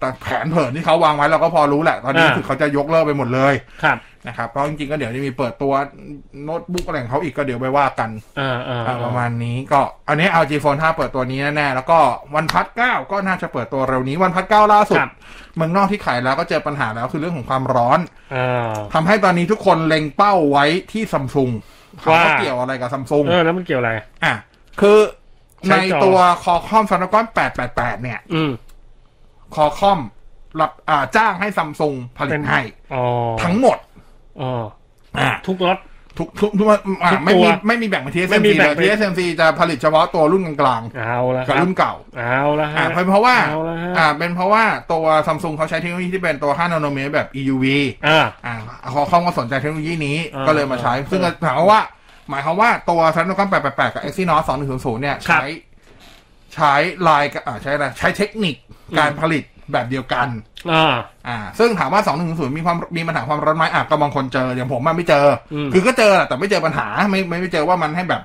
[SPEAKER 6] แต่แผนเผินที่เขาวางไว้เราก็พอรู้แหละตอนนี้
[SPEAKER 5] อ่า
[SPEAKER 6] คือเขาจะยกเลิกไปหมดเลย
[SPEAKER 5] ครับ
[SPEAKER 6] นะครับเพราะจริงๆก็เดี๋ยวจะมีเปิดตัวโน้ตบุ๊กอะไรของเขาอีกก็เดี๋ยวไปว่ากัน
[SPEAKER 5] อ่าอ่า
[SPEAKER 6] อ่าประมาณนี้ก็อันนี้ LG Phone 5 เปิดตัวนี้แน่ๆ แล้วก็วันพัด9ก็น่าจะเปิดตัวเร็วนี้วันพัด9ล่าสุด
[SPEAKER 5] ครับ
[SPEAKER 6] เมืองนอกที่ขายแล้วก็เจอปัญหาแล้วคือเรื่องของความร้อน
[SPEAKER 5] อ่า
[SPEAKER 6] ทำให้ตอนนี้ทุกคนเล็งเป้าไว้ที่ซัมซุงเขา
[SPEAKER 5] ว่า
[SPEAKER 6] ก็เกี่ยวอะไรกับซัมซุง
[SPEAKER 5] เออแล้วมันเกี่ยวอะไร
[SPEAKER 6] อ่ะคือ
[SPEAKER 5] ใช้
[SPEAKER 6] ใน
[SPEAKER 5] จอ
[SPEAKER 6] ตัวคอคอมซันก้อน888 เนี่ย
[SPEAKER 5] อืม
[SPEAKER 6] คอคอมรับอ่าจ้างให้ซัมซุงผลิ
[SPEAKER 5] เป็
[SPEAKER 6] ต
[SPEAKER 5] น
[SPEAKER 6] ให้
[SPEAKER 5] อ๋อ
[SPEAKER 6] ทั้งหมด
[SPEAKER 5] อ๋อ
[SPEAKER 6] อ่ะ
[SPEAKER 5] ทุกรถ
[SPEAKER 6] ทุกทุกทุกอ่ะ
[SPEAKER 5] ทุกตัว
[SPEAKER 6] ไม่มีไม่มีแบ่งเป็น
[SPEAKER 5] ไม่มี
[SPEAKER 6] TSMC
[SPEAKER 5] แบ่
[SPEAKER 6] เล
[SPEAKER 5] ง
[SPEAKER 6] ย
[SPEAKER 5] เป็น
[SPEAKER 6] TSMC จะผลิตเฉพาะตัวรุ่นกลาง
[SPEAKER 5] เอาละ
[SPEAKER 6] ๆ
[SPEAKER 5] ค
[SPEAKER 6] กับ
[SPEAKER 5] รับ
[SPEAKER 6] รุ่นเก่า
[SPEAKER 5] เอาละฮะ
[SPEAKER 6] อ่าเป็นเพราะว่า
[SPEAKER 5] เอาละฮะ
[SPEAKER 6] อ่าเป็นเพราะว่าตัวซัมซุงเขาใช้เทคโนโลยีที่เป็นตัว5นาโนเมตรแบบ EUV
[SPEAKER 5] อ่า
[SPEAKER 6] อ่าเขาเขาก็สนใจเทคโนโลยีนี้
[SPEAKER 5] อ่า
[SPEAKER 6] ก็เลยมาใช้ ซึ่งก็ถามว่า หมายความว่าตัวซัมซุงก้อน888 กับ Exynos 2100 เนี่ย
[SPEAKER 5] ครับ
[SPEAKER 6] ใช้ใช้ลายกับอ่าใช้อะไรใช้เทคนิคการ
[SPEAKER 5] อืม
[SPEAKER 6] ผลิตแบบเดียวกัน
[SPEAKER 5] อ่า
[SPEAKER 6] อ่า ซึ่งถามว่า 2100 มีความมีปัญหาความร้อนไหมอ่ะก็บางคนเจออย่างผมมันไม่เจออ
[SPEAKER 5] ม
[SPEAKER 6] คือก็เจอแหละแต่ไม่เจอปัญหาไม่ไม่ไม่เจอว่ามันให้แบบ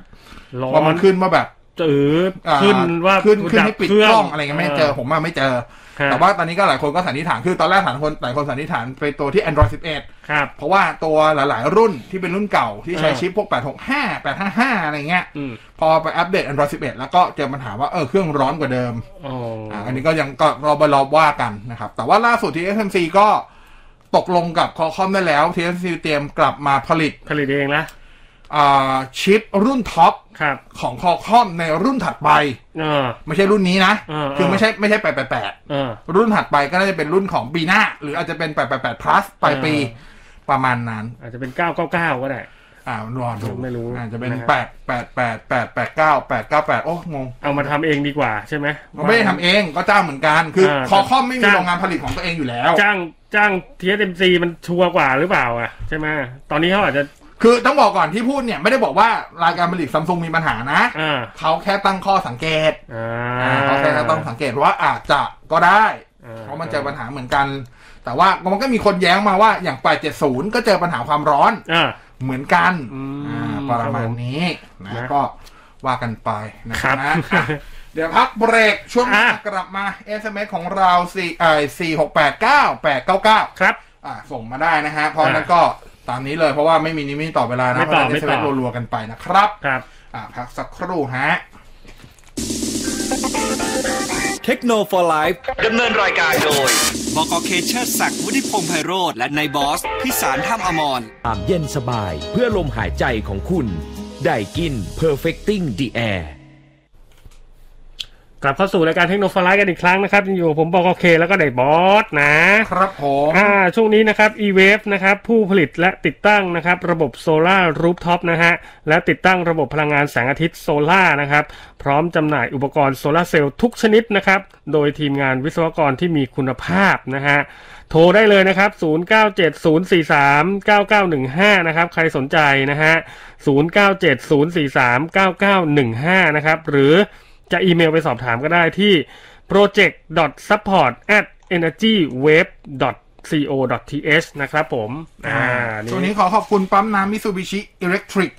[SPEAKER 5] ร้อ
[SPEAKER 6] ว่ามันนขึ้นว่าแบบ
[SPEAKER 5] จืด
[SPEAKER 6] อ่า
[SPEAKER 5] ขึ้นว่า
[SPEAKER 6] ขึ้นขึ้น
[SPEAKER 5] ดับ
[SPEAKER 6] ให้ปิด
[SPEAKER 5] เครื่
[SPEAKER 6] กล้องอะไรเงี้ยไม่เจอผมว่าไม่เจอ
[SPEAKER 5] ฮะ
[SPEAKER 6] แต่ว่าตอนนี้ก็หลายคนก็สันนิษฐานคือตอนแรกสันคนหลายคนสันนิษฐานไปตัวที่ Android
[SPEAKER 5] ครับ
[SPEAKER 6] 11 เพราะว่าตัวหลาย ๆ รุ่นที่เป็นรุ่นเก่าที่ใช้
[SPEAKER 5] เออ
[SPEAKER 6] ชิปพวก 865 855 อะไรเงี้ย
[SPEAKER 5] อืม
[SPEAKER 6] พอไปอัปเดต Android 11 แล้วก็เจอปัญหาว่าเออเครื่องร้อนกว่าเดิม
[SPEAKER 5] อ๋ออ
[SPEAKER 6] อ่าอันนี้ก็ยังก็รอบรอบว่ากันนะครับ แต่ว่าล่าสุดที่ SMC ก็ตกลงกับคอคอมได้แล้ว TSMC เตรียมกลับมาผลิต
[SPEAKER 5] ผลิตเองนะ
[SPEAKER 6] อ่าชิปรุ่นท็อป
[SPEAKER 5] ครับ
[SPEAKER 6] ของคอคอมในรุ่นถัดไป
[SPEAKER 5] อ่า
[SPEAKER 6] ไม่ใช่รุ่นนี้นะ
[SPEAKER 5] อ่า
[SPEAKER 6] คือ
[SPEAKER 5] อ่า
[SPEAKER 6] ไม่ใช่ไม่ใช่แปดแปดแปด
[SPEAKER 5] อ่า
[SPEAKER 6] รุ่นถัดไปก็น่าจะเป็นรุ่นของปีหน้า หรืออาจจะเป็นแปดแปดแปด plus ปลายปี
[SPEAKER 5] อ่
[SPEAKER 6] ประมาณนั้น
[SPEAKER 5] อาจจะเป็นเก้าเก้าเก้าก็ได้
[SPEAKER 6] อ่ารอดู
[SPEAKER 5] ไม่รู้
[SPEAKER 6] อาจจะเป็น
[SPEAKER 5] นะฮะ
[SPEAKER 6] แปดแปดแปดแปดแปดเก้าแปดเก้าแปดโอ้งง
[SPEAKER 5] เอามาทำเองดีกว่าใช่ไหม
[SPEAKER 6] เขาไม่ได้ทำเองก็จ้างเหมือนกัน คืออาคอคอมไม่มี
[SPEAKER 5] จ้าง
[SPEAKER 6] โรงงานผลิตของตัวเองอยู่แล้ว
[SPEAKER 5] จ้างจ้างทีเอ็มซีมันชัวร์กว่าหรือเปล่าอ่ะใช่ไหมตอนนี้เขาอาจจะ
[SPEAKER 6] คือต้องบอกก่อนที่พูดเนี่ยไม่ได้บอกว่ารายการผลิตซัมซุงมีปัญหานะ
[SPEAKER 5] อ่า
[SPEAKER 6] เขาแค่ตั้งข้อสังเกต
[SPEAKER 5] อ่า
[SPEAKER 6] อ่าเขาแค่ตั้งสังเกตว่าอาจจะก็ได้ เพราะมันเจอปัญหาเหมือนกัน แต่ว่ามันก็มีคนแย้งมาว่าอย่าง870 ก็เจอปัญหาความร้อน
[SPEAKER 5] อ่า
[SPEAKER 6] เหมือนกัน
[SPEAKER 5] อืม
[SPEAKER 6] อ่าประมาณนี้นะ
[SPEAKER 5] นะ
[SPEAKER 6] ก็ว่ากันไปนะค
[SPEAKER 5] ครั
[SPEAKER 6] รับบ เดี๋ยวพักเบรกช่วงหน้า
[SPEAKER 5] อ่ะ
[SPEAKER 6] กลับมา SMS ของเราสี่เอ่อสี่หกแปดเก้าแปดเก้าเก้า
[SPEAKER 5] ครับ
[SPEAKER 6] อ่าส่งมาได้นะฮะเพราะ
[SPEAKER 5] อ่ะ
[SPEAKER 6] นั้นก็ตามนี้เลยเพราะว่าไม่มีนิมิตต่อเวลานะ
[SPEAKER 5] ไม่ต่อ
[SPEAKER 6] เพราะฉะนั้น
[SPEAKER 5] ไม่ต่อ
[SPEAKER 6] SMS รัวๆกันไปนะครับ
[SPEAKER 5] ครับ
[SPEAKER 6] อ่าพักสักครู่ฮะ
[SPEAKER 3] เทคโนโลยีไลฟ์ดำเนินรายการโดย บกเคเชอร์ศักดิ์วุฒิพงษ์ไพโรธและนายบอส พิสารท่ามอมร
[SPEAKER 1] ความเย็นสบายเพื่อลมหายใจของคุณ ได้กิน perfecting the air
[SPEAKER 5] กลับเข้าสู่รายการเทคโนโลยีกันอีกครั้งนะครับยังอยู่กับผมบอกโอเค แล้วก็ได้บอสนะ
[SPEAKER 6] ครับผม
[SPEAKER 5] อ่าช่วงนี้นะครับ e-wave นะครับผู้ผลิตและติดตั้งนะครับระบบโซลาร์รูฟท็อปนะฮะและติดตั้งระบบพลังงานแสงอาทิตย์โซลาร์นะครับพร้อมจำหน่ายอุปกรณ์โซลาร์เซลล์ทุกชนิดนะครับโดยทีมงานวิศวกรที่มีคุณภาพนะฮะโทรได้เลยนะครับ 0970439915 นะครับใครสนใจนะฮะ0970439915 นะครับหรือจะอีเมลไปสอบถามก็ได้ที่ project.support@energywave.co.th นะครับผมอ่า
[SPEAKER 6] ช่วงนี้ขอขอบคุณปั๊มน้ำมิซูบิชิอิเล็กทริก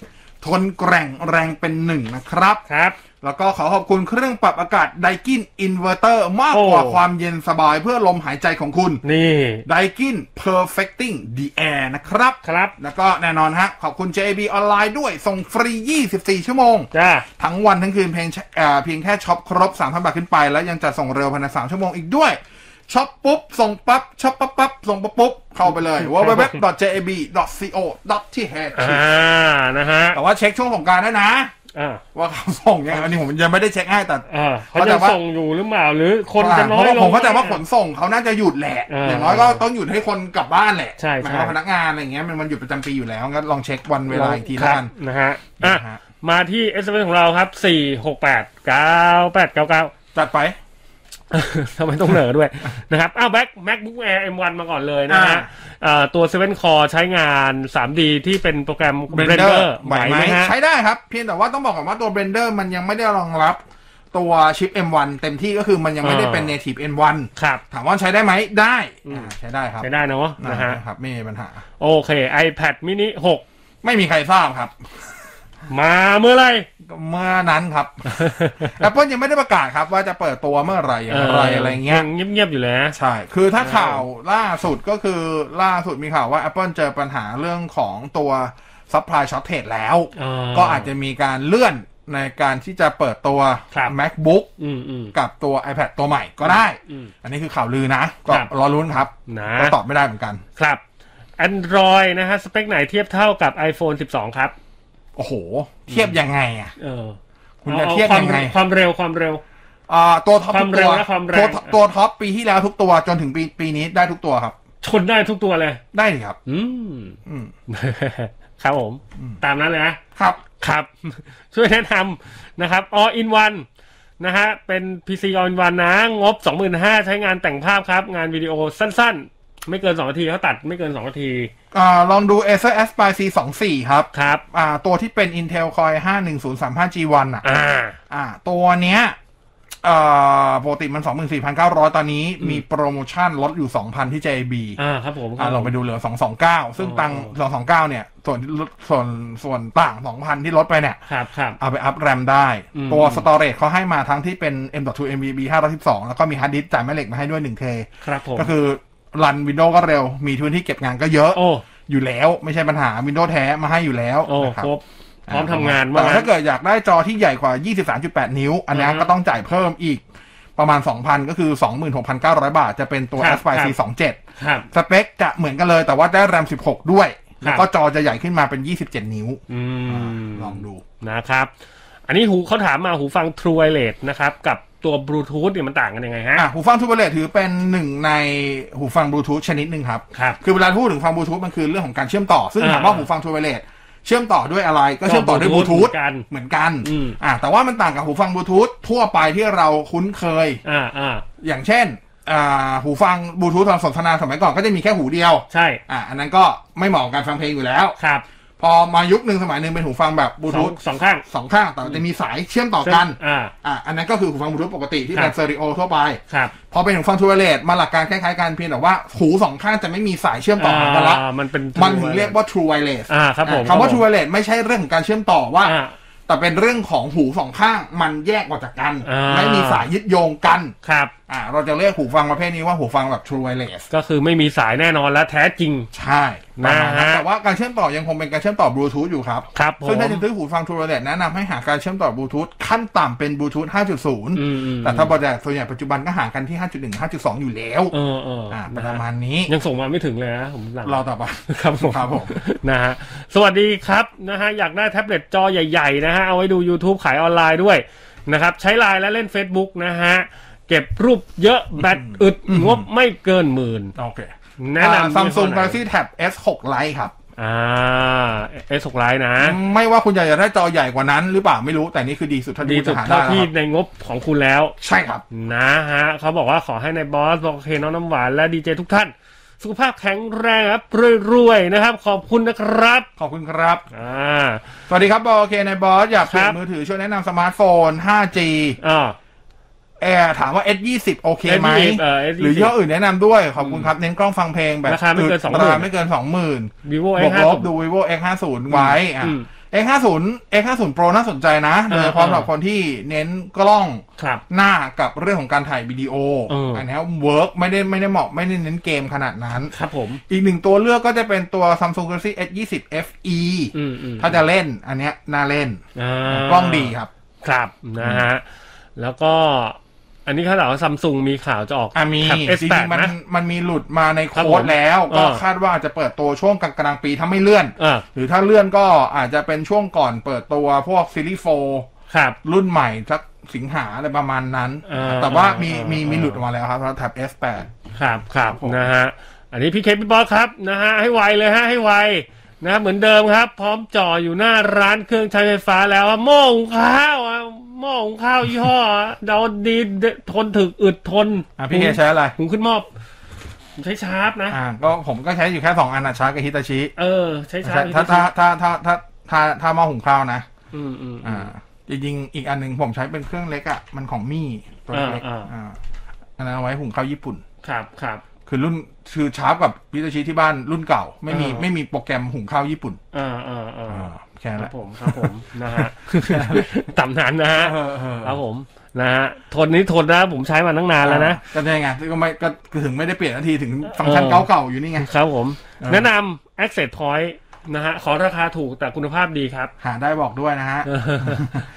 [SPEAKER 6] ทนแกร่งแรงเป็นหนึ่งนะครับ
[SPEAKER 5] ครับ
[SPEAKER 6] แล้วก็ขอขอบคุณเครื่องปรับอากาศไดกินอินเวอร์เตอร์มากกว่า
[SPEAKER 5] โอ้
[SPEAKER 6] ความเย็นสบายเพื่อลมหายใจของคุณ
[SPEAKER 5] นี่
[SPEAKER 6] ไดกิน perfecting the air นะครับ
[SPEAKER 5] ครับ
[SPEAKER 6] แล้วก็แน่นอนฮะ ขอบคุณ JAB ออนไลน์ด้วยส่งฟรี 24 ชั่วโมง
[SPEAKER 5] จ้า
[SPEAKER 6] ทั้งวันทั้งคืนเพียงแค่เอ่อเพียงแค่ช็อปครบ 3,000 บาทขึ้นไป แล้วยังจะส่งเร็วภายใน3ชั่วโมงอีกด้วยช็อปปุ๊บ ส่งปั๊บช็อปปั๊บปั๊บส่งปั๊บปุ๊บ เข้าไปเลย www.jab.co.th
[SPEAKER 5] อ่า นะฮะ
[SPEAKER 6] แต่ว่าเช็คช่วงสงกรารด้วยนะ
[SPEAKER 5] อ่า
[SPEAKER 6] ว่าเขาส่งยังไงอันนี้ผมยังไม่ได้เช็คให้แต่
[SPEAKER 5] อ่าเขา
[SPEAKER 6] เข้าใจ
[SPEAKER 5] จะ
[SPEAKER 6] ว่า
[SPEAKER 5] ส่งอยู่หรือเปล่าหรือคนจะน้
[SPEAKER 6] เพ
[SPEAKER 5] อย
[SPEAKER 6] ราะว่า
[SPEAKER 5] ลง
[SPEAKER 6] ผมเข้าใจว่าขนส่งเขาน่าจะหยุดแหละ
[SPEAKER 5] เอออ
[SPEAKER 6] อย่างน้อยก็ต้องหยุดให้คนกลับบ้านแหละ
[SPEAKER 5] ใช่
[SPEAKER 6] ห
[SPEAKER 5] ใช่
[SPEAKER 6] มายความว่าพนักงานอะไรอย่างเงี้ยมันวันหยุดประจำปีอยู่แล้วงั้นลองเช็ควันเวลาอีกที
[SPEAKER 5] ค
[SPEAKER 6] แล้
[SPEAKER 5] รั
[SPEAKER 6] ว
[SPEAKER 5] บ
[SPEAKER 6] กัน
[SPEAKER 5] นะฮะ อ่ะ
[SPEAKER 6] นะฮะ
[SPEAKER 5] มาที่ s อ s ของเราครับ 4 6 8 9 8 9 9
[SPEAKER 6] จัดไป
[SPEAKER 5] [LAUGHS] ทำไมต้องเหนอด้วย นะครับอ้าวแบ็ค MacBook Air M1 มาก่อนเลยนะฮะ
[SPEAKER 6] อ่า
[SPEAKER 5] เอ่อตัว 7 Core ใช้งาน 3D ที่เป็นโปรแกรม Blender
[SPEAKER 6] ไหวไหม
[SPEAKER 5] ฮะ
[SPEAKER 6] ใช้ได้ครับ เพียงแต่ว่าต้องบอกก่อนว่าตัว Blender มันยังไม่ได้รองรับตัวชิป M1 เต็มที่ก็คือมันยังไม่ได้เป็น
[SPEAKER 5] เออ
[SPEAKER 6] native M1
[SPEAKER 5] ครับ
[SPEAKER 6] ถามว่าใช้ได้ไหมได้อ่าใช้ได้ครับ
[SPEAKER 5] ใช้ได้เนอะนะฮะ
[SPEAKER 6] ได้ครับไม่มีปัญหา
[SPEAKER 5] โอเค iPad mini
[SPEAKER 6] ไม่มีใครทราบครับ
[SPEAKER 5] 6 มาเมื่อไหร
[SPEAKER 6] เมื่อนั้น
[SPEAKER 5] [LAUGHS]
[SPEAKER 6] ครับ Apple ยังไม่ได้ประกาศครับว่าจะเปิด [LAUGHS] ตัวเมื่อไหร่อย่างไรอะไรเงี้ย
[SPEAKER 5] เงียบๆอยู่เลยนะ
[SPEAKER 6] ใช่ คือถ้าข่าวล่าสุดก็คือล่าสุดมีข่าวว่า Apple เจอปัญหาเรื่องของตัว Supply Shortage แล้ว
[SPEAKER 5] อ่า
[SPEAKER 6] ก็อาจจะมีการเลื่อนในการที่จะเปิดตัว
[SPEAKER 5] ครับ
[SPEAKER 6] MacBook
[SPEAKER 5] อืมอืม
[SPEAKER 6] กับตัว iPad ตัวใหม่ก็ได้
[SPEAKER 5] อืม
[SPEAKER 6] อันนี้คือข่าวลือนะ ก็
[SPEAKER 5] ครับ
[SPEAKER 6] รอรุ้นครับ
[SPEAKER 5] นะ
[SPEAKER 6] ก็ตอบไม่ได้เหมือนกัน
[SPEAKER 5] ครับ Android นะฮะ สเปคไหนเทียบเท่ากับ iPhone 12 ครับ
[SPEAKER 6] โอ้โห เทียบยังไงอ่ะ
[SPEAKER 5] เออ
[SPEAKER 6] คุณ
[SPEAKER 5] อา
[SPEAKER 6] จะ
[SPEAKER 5] อา
[SPEAKER 6] เทียบยังไง
[SPEAKER 5] ความความเร็วความเร็ว
[SPEAKER 6] อ่าตัวท็อปทุก
[SPEAKER 5] ความเร็
[SPEAKER 6] ตัว
[SPEAKER 5] วและความแรง
[SPEAKER 6] ตัวท็อปตัวท็อปปีที่แล้วทุกตัวจนถึงปีปีนี้ได้ทุกตัวครับ
[SPEAKER 5] ชนได้ทุกตัวเลย
[SPEAKER 6] ได้ดิครับ
[SPEAKER 5] อืม
[SPEAKER 6] อืม
[SPEAKER 5] ครับผม ตามนั้นเลยนะ
[SPEAKER 6] ครับ
[SPEAKER 5] ครับ [LAUGHS] ช่วยแนะนำนะครับ All in One นะฮะ เป็น PC All in One นะ งบ 25,000ใช้งานแต่งภาพครับ งานวิดีโอสั้นๆ ไม่เกิน 2 นาทีเขาตัดไม่เกิน 2 นาที
[SPEAKER 6] อ่าลองดู Acer Aspire C24 ครับ
[SPEAKER 5] ครับ
[SPEAKER 6] อ่าตัวที่เป็น Intel Core i 51035 G1 อ่ะ
[SPEAKER 5] อ่า
[SPEAKER 6] อ่าตัวเนี้ยเอ่อปกติมัน 24,900 ตอนนี้มีโปรโมชั่นลดอยู่ 2,000 ที่ JB
[SPEAKER 5] อ่า ครับผมค
[SPEAKER 6] อ่า
[SPEAKER 5] รับ
[SPEAKER 6] ลองไปดูเหลือ 229 ซึ่งตัง
[SPEAKER 5] โอ้
[SPEAKER 6] 229 เนี่ย ส่วนส่วนส่วนต่าง 2,000 ที่ลดไปเนี่ย
[SPEAKER 5] ครับครับ
[SPEAKER 6] เอาไปอัพแรมได้
[SPEAKER 5] อืม
[SPEAKER 6] ตัว storage เขาให้มาทั้งที่เป็น M.2 MBB 512 แล้วก็มีฮาร์ดดิสก์จ่ายแม่เหล็กมาให้ด้วย 1K
[SPEAKER 5] ครับผม
[SPEAKER 6] ก็คือรัน Windows ก็เร็ว มีพื้นที่เก็บงานก็เยอะ
[SPEAKER 5] โอ้
[SPEAKER 6] อยู่แล้วไม่ใช่ปัญหา Windows แท้มาให้อยู่แล้ว
[SPEAKER 5] โอ้
[SPEAKER 6] นะครั
[SPEAKER 5] ค
[SPEAKER 6] บ
[SPEAKER 5] รบ พร้อมทำงานว่า
[SPEAKER 6] แต่
[SPEAKER 5] งั้น
[SPEAKER 6] ถ้าเกิดอยากได้จอที่ใหญ่กว่า 23.8 นิ้ว อันนี้
[SPEAKER 5] อือฮึ
[SPEAKER 6] ก็ต้องจ่ายเพิ่มอีกประมาณ 2,000 ก็คือ 26,900 บาท จะเป็นตัว
[SPEAKER 5] ครับ
[SPEAKER 6] Aspire
[SPEAKER 5] ครับ
[SPEAKER 6] C27
[SPEAKER 5] ครับ
[SPEAKER 6] สเปคจะเหมือนกันเลย แต่ว่าได้แรม 16 ด้วย
[SPEAKER 5] ครับ
[SPEAKER 6] แล้วก็จอจะใหญ่ขึ้นมาเป็น 27 นิ้ว
[SPEAKER 5] อืม
[SPEAKER 6] ลองดู
[SPEAKER 5] นะครับ อันนี้หูเขาถามมาหูฟัง True Wireless นะครับ กับตัวบลูทูธเนี่ยมันต่างกันยังไงฮะ
[SPEAKER 6] อ่ะ หูฟังทูบเลตถือเป็นหนึ่งในหูฟังบลูทูธชนิดหนึ่งครับ
[SPEAKER 5] ครับ
[SPEAKER 6] คือเวลาพูดถึงฟังบลูทูธมันคือเรื่องของการเชื่อมต่อ ซึ่ง
[SPEAKER 5] อ่า
[SPEAKER 6] ถามว่าหูฟังทูบเลตเชื่อมต่อด้วยอะไร ก็เชื่อมต่อด้วยบลูทูธ
[SPEAKER 5] เหมือนกัน
[SPEAKER 6] เหมือนกัน
[SPEAKER 5] อืม
[SPEAKER 6] อ่ะแต่ว่ามันต่างกับหูฟังบลูทูธทั่วไปที่เราคุ้นเคย
[SPEAKER 5] อ่าอ่า
[SPEAKER 6] อย่างเช่นอ่าหูฟังบลูทูธตอนสนทนาสมัยก่อนก็จะมีแค่หูเดียว
[SPEAKER 5] ใช่
[SPEAKER 6] อ่า อันนั้นก็ไม่เหมาะกับการฟังเพลงอยู่แล้ว
[SPEAKER 5] ครับ
[SPEAKER 6] พอมายุคหนึ่งสมัยหนึ่งเป็นหูฟังแบบบลู
[SPEAKER 5] สอ
[SPEAKER 6] ทูธ
[SPEAKER 5] งสองข้าง
[SPEAKER 6] สองข้างแต่จะมีสายเชื่อมต่อกัน
[SPEAKER 5] อ่า
[SPEAKER 6] อ่า อันนั้นก็คือหูฟังบลูทูธปกติที่
[SPEAKER 5] ครั
[SPEAKER 6] เป็
[SPEAKER 5] บ
[SPEAKER 6] นสเตอริโอทั่วไป
[SPEAKER 5] ครับ
[SPEAKER 6] พอเป็นหูฟังทูเวเลตมาหลักการคล้ายๆกันเพียงแต่ว่าหูสองข้างจะไม่มีสายเชื่อมต่อหากันละ
[SPEAKER 5] อ่ามันเป็น True
[SPEAKER 6] มันถึงเรียกว่า True Wireless
[SPEAKER 5] อ่าครับผม
[SPEAKER 6] คำว่า
[SPEAKER 5] ครับผม
[SPEAKER 6] True Wireless ไม่ใช่เรื่องของการเชื่อมต่อว่า
[SPEAKER 5] อ่า
[SPEAKER 6] แต่เป็นเรื่องของหูสองข้างมันแยกออกจากกัน
[SPEAKER 5] อ่า
[SPEAKER 6] ไม่มีสายยึดโยงกัน
[SPEAKER 5] ครับ
[SPEAKER 6] อ่าเราจะเรียกหูฟังประเภทนี้ว่าหูฟังแบบ True Wireless
[SPEAKER 5] ก็คือไม่มีสายแน่นอนและแท้จริง
[SPEAKER 6] ใช่ประมาณ
[SPEAKER 5] นะฮะ
[SPEAKER 6] แต่ว่าการเชื่อมต่อยังคงเป็นการเชื่อมต่อบลูทูธอยู่ครับ
[SPEAKER 5] ครับผม
[SPEAKER 6] ซึ่งถ้าจะซื้อหูฟัง True Wireless แนะนำให้หาการเชื่อมต่อบลูทูธขั้นต่ำเป็นบลูทูธ
[SPEAKER 5] อืมอืม
[SPEAKER 6] 5.0 แต่ถ้าบริษัทส่วนใหญ่ปัจจุบันก็หากันที่ 5.1 5.2 อยู่แล้ว
[SPEAKER 5] เออเอออ่
[SPEAKER 6] าประมาณนี้
[SPEAKER 5] ยังส่งมาไม่ถึงเลยนะผมหลัง
[SPEAKER 6] รอต่อไป
[SPEAKER 5] ครับผม
[SPEAKER 6] ครับผม
[SPEAKER 5] นะฮะสวัสดีครับนะฮะอยากได้แท็บเล็ตจอใหญ่ ๆ นะฮะเอาไว้ดู YouTube ขายออนไลน์ด้วย นะครับ ใช้ไลน์และเล่น Facebook นะฮะ เก็บรูปเยอะแบตอึดงบไม่เกินหมื่น
[SPEAKER 6] โอเค
[SPEAKER 5] แนะนำ
[SPEAKER 6] ซัมซุง
[SPEAKER 5] ยี่ห้อไหน
[SPEAKER 6] Galaxy Tab S6 Lite ครับ
[SPEAKER 5] อ่าเอสหกไลน์นะ
[SPEAKER 6] ไม่ว่าคุณอยากจะได้จอใหญ่กว่านั้นหรือเปล่าไม่รู้แต่นี่คือดีสุดเท่า
[SPEAKER 5] ดี
[SPEAKER 6] ที่คุณ
[SPEAKER 5] สุด
[SPEAKER 6] จะหาได้
[SPEAKER 5] เท่า
[SPEAKER 6] แล้วค
[SPEAKER 5] ที่
[SPEAKER 6] รับ
[SPEAKER 5] ในงบของคุณแล้ว
[SPEAKER 6] ใช่ครับ
[SPEAKER 5] นะฮะเขาบอกว่าขอให้ในบอสบอกเคน้องน้ำหวานและดีเจทุกท่าน สุขภาพแข็งแรงครับรวยๆนะครับ ขอบคุณนะครับ
[SPEAKER 6] ขอบคุณครับ
[SPEAKER 5] อ่า
[SPEAKER 6] สวัสดีครับบอโอเคนายบอสอยากเปลี่ย
[SPEAKER 5] ครั
[SPEAKER 6] น
[SPEAKER 5] บ
[SPEAKER 6] มือถือช่วยแนะนำสมาร์ทโฟน 5G
[SPEAKER 5] อ่า
[SPEAKER 6] แอร์ถามว่า S20 โอเคไหม
[SPEAKER 5] S20 เออ S20
[SPEAKER 6] หรือยี่ห้ออื่นแนะนำด้วย ขอบคุณครับ เน้นกล้องฟังเพลงแบบ
[SPEAKER 5] ราคาไม่เกิน
[SPEAKER 6] ด
[SPEAKER 5] 20,000
[SPEAKER 6] ราคาไม่เกิน 20,000
[SPEAKER 5] vivo
[SPEAKER 6] บว
[SPEAKER 5] x
[SPEAKER 6] กลบ
[SPEAKER 5] 5
[SPEAKER 6] ดู vivo x50 ไว้อ่ะ
[SPEAKER 5] อืม
[SPEAKER 6] x50 x50 Pro น่าสนใจนะโดยเฉพาะสำหรับคนที่เน้นกล้อง
[SPEAKER 5] ครับ
[SPEAKER 6] หน้ากับเรื่องของการถ่ายวิดีโอ
[SPEAKER 5] เอออั
[SPEAKER 6] อันนี้เวิร์กไม่ได้ไม่ได้เหมาะไม่ได้เน้นเกมขนาดนั้น
[SPEAKER 5] ครับผม
[SPEAKER 6] อีกหนึ่งตัวเลือกก็จะเป็นตัว Samsung Galaxy S20 FE
[SPEAKER 5] อืมอืม
[SPEAKER 6] ถ้าจะเล่นอันเนี้ยน่าเล่น
[SPEAKER 5] อ่าก
[SPEAKER 6] ล้องดีครับ
[SPEAKER 5] ครับนะฮะ แล้วก็อันนี้เขาบอกว่าซัมซุงมีข่าวจะออก
[SPEAKER 6] อ่ะมี
[SPEAKER 5] แท็บ
[SPEAKER 6] จริง
[SPEAKER 5] S8
[SPEAKER 6] ๆมัน
[SPEAKER 5] นะ
[SPEAKER 6] มันมีหลุดมาใน
[SPEAKER 5] ครับ
[SPEAKER 6] โค้
[SPEAKER 5] ผ
[SPEAKER 6] ด
[SPEAKER 5] ม
[SPEAKER 6] แล้ว ก็
[SPEAKER 5] เออ
[SPEAKER 6] คาดว่าจะเปิดตัวช่วงกลางกลางๆปีถ้าไม่เลื่อน
[SPEAKER 5] อ่า
[SPEAKER 6] หรือถ้าเลื่อนก็อาจจะเป็นช่วงก่อนเปิดตัวพวกซีรีส์โฟ
[SPEAKER 5] ครับ
[SPEAKER 6] รุ่นใหม่สักสิงหาอะไรประมาณนั้น
[SPEAKER 5] เออ
[SPEAKER 6] แต่ว่า
[SPEAKER 5] เออ
[SPEAKER 6] มี
[SPEAKER 5] เออ
[SPEAKER 6] มี
[SPEAKER 5] เออ
[SPEAKER 6] มีหลุดออกมาแล้วครับสำหรับแท็บ S8
[SPEAKER 5] ครับครับ
[SPEAKER 6] ผม
[SPEAKER 5] นะฮะอันนี้พี่เคพี่บอสครับนะฮะให้ไวเลยฮะให้ไวนะเหมือนเดิมครับ พร้อมจ่ออยู่หน้าร้านเครื่องใช้ไฟฟ้าแล้วอะหม้อหุงข้าวอะหม้อหุงข้าวยี่ห้อเราดีเดทนถึกอึดทน
[SPEAKER 6] อ่ะพี่เคใช้อะไร
[SPEAKER 5] หุงขึ้นหม้อผมใช้ชาร์ปนะ
[SPEAKER 6] อ่าก็ผมก็ใช้อยู่แค่ 2 อันนะชาร์จกับฮิตาชิ
[SPEAKER 5] เออ ใช้ชา
[SPEAKER 6] ถ้า
[SPEAKER 5] ร์ป
[SPEAKER 6] ถ้าถ้าถ้าถ้าถ้าถ้าถ้าหมาหุงข้าวนะ
[SPEAKER 5] อืมอืมอื
[SPEAKER 6] อ่าม จริงๆอีกอันหนึ่งผมใช้เป็นเครื่องเล็กอ่ะ มันของมี่ตัวเล็ก
[SPEAKER 5] อ่าอ่า
[SPEAKER 6] อ่าอันนั้นเอาไว้หุงข้าวญี่ปุ่น
[SPEAKER 5] ครับครับ
[SPEAKER 6] คือรุ่นคือชาร์ปกับพิตาชิที่บ้านรุ่นเก่า ไม่มี
[SPEAKER 5] อ่า
[SPEAKER 6] ไม่มีโปรแกรมหุงข้าวญี่ปุ่น
[SPEAKER 5] อ่าอ่าอ่า
[SPEAKER 6] อ่าแค่นั้นแห
[SPEAKER 5] ครั
[SPEAKER 6] ละ
[SPEAKER 5] บผมครับผมนะ
[SPEAKER 6] [LAUGHS]
[SPEAKER 5] ฮะต่ำนานนะฮะ
[SPEAKER 6] เออเออ
[SPEAKER 5] ครับผมนะฮะทนนี้ทนนะผมใช้มาตั้งนานแล้วนะ
[SPEAKER 6] ก็ได้ไงก็ไม่ก็ถึงไม่ได้เปลี่ยนทันทีถึงฟังก์ชัน
[SPEAKER 5] เออ
[SPEAKER 6] เก่าๆอยู่นี่ไง
[SPEAKER 5] ครับผม
[SPEAKER 6] เออ
[SPEAKER 5] แนะนำ Access Point นะฮะ ขอราคาถูกแต่คุณภาพดีครับ
[SPEAKER 6] [LAUGHS] หาได้บอกด้วยนะฮะ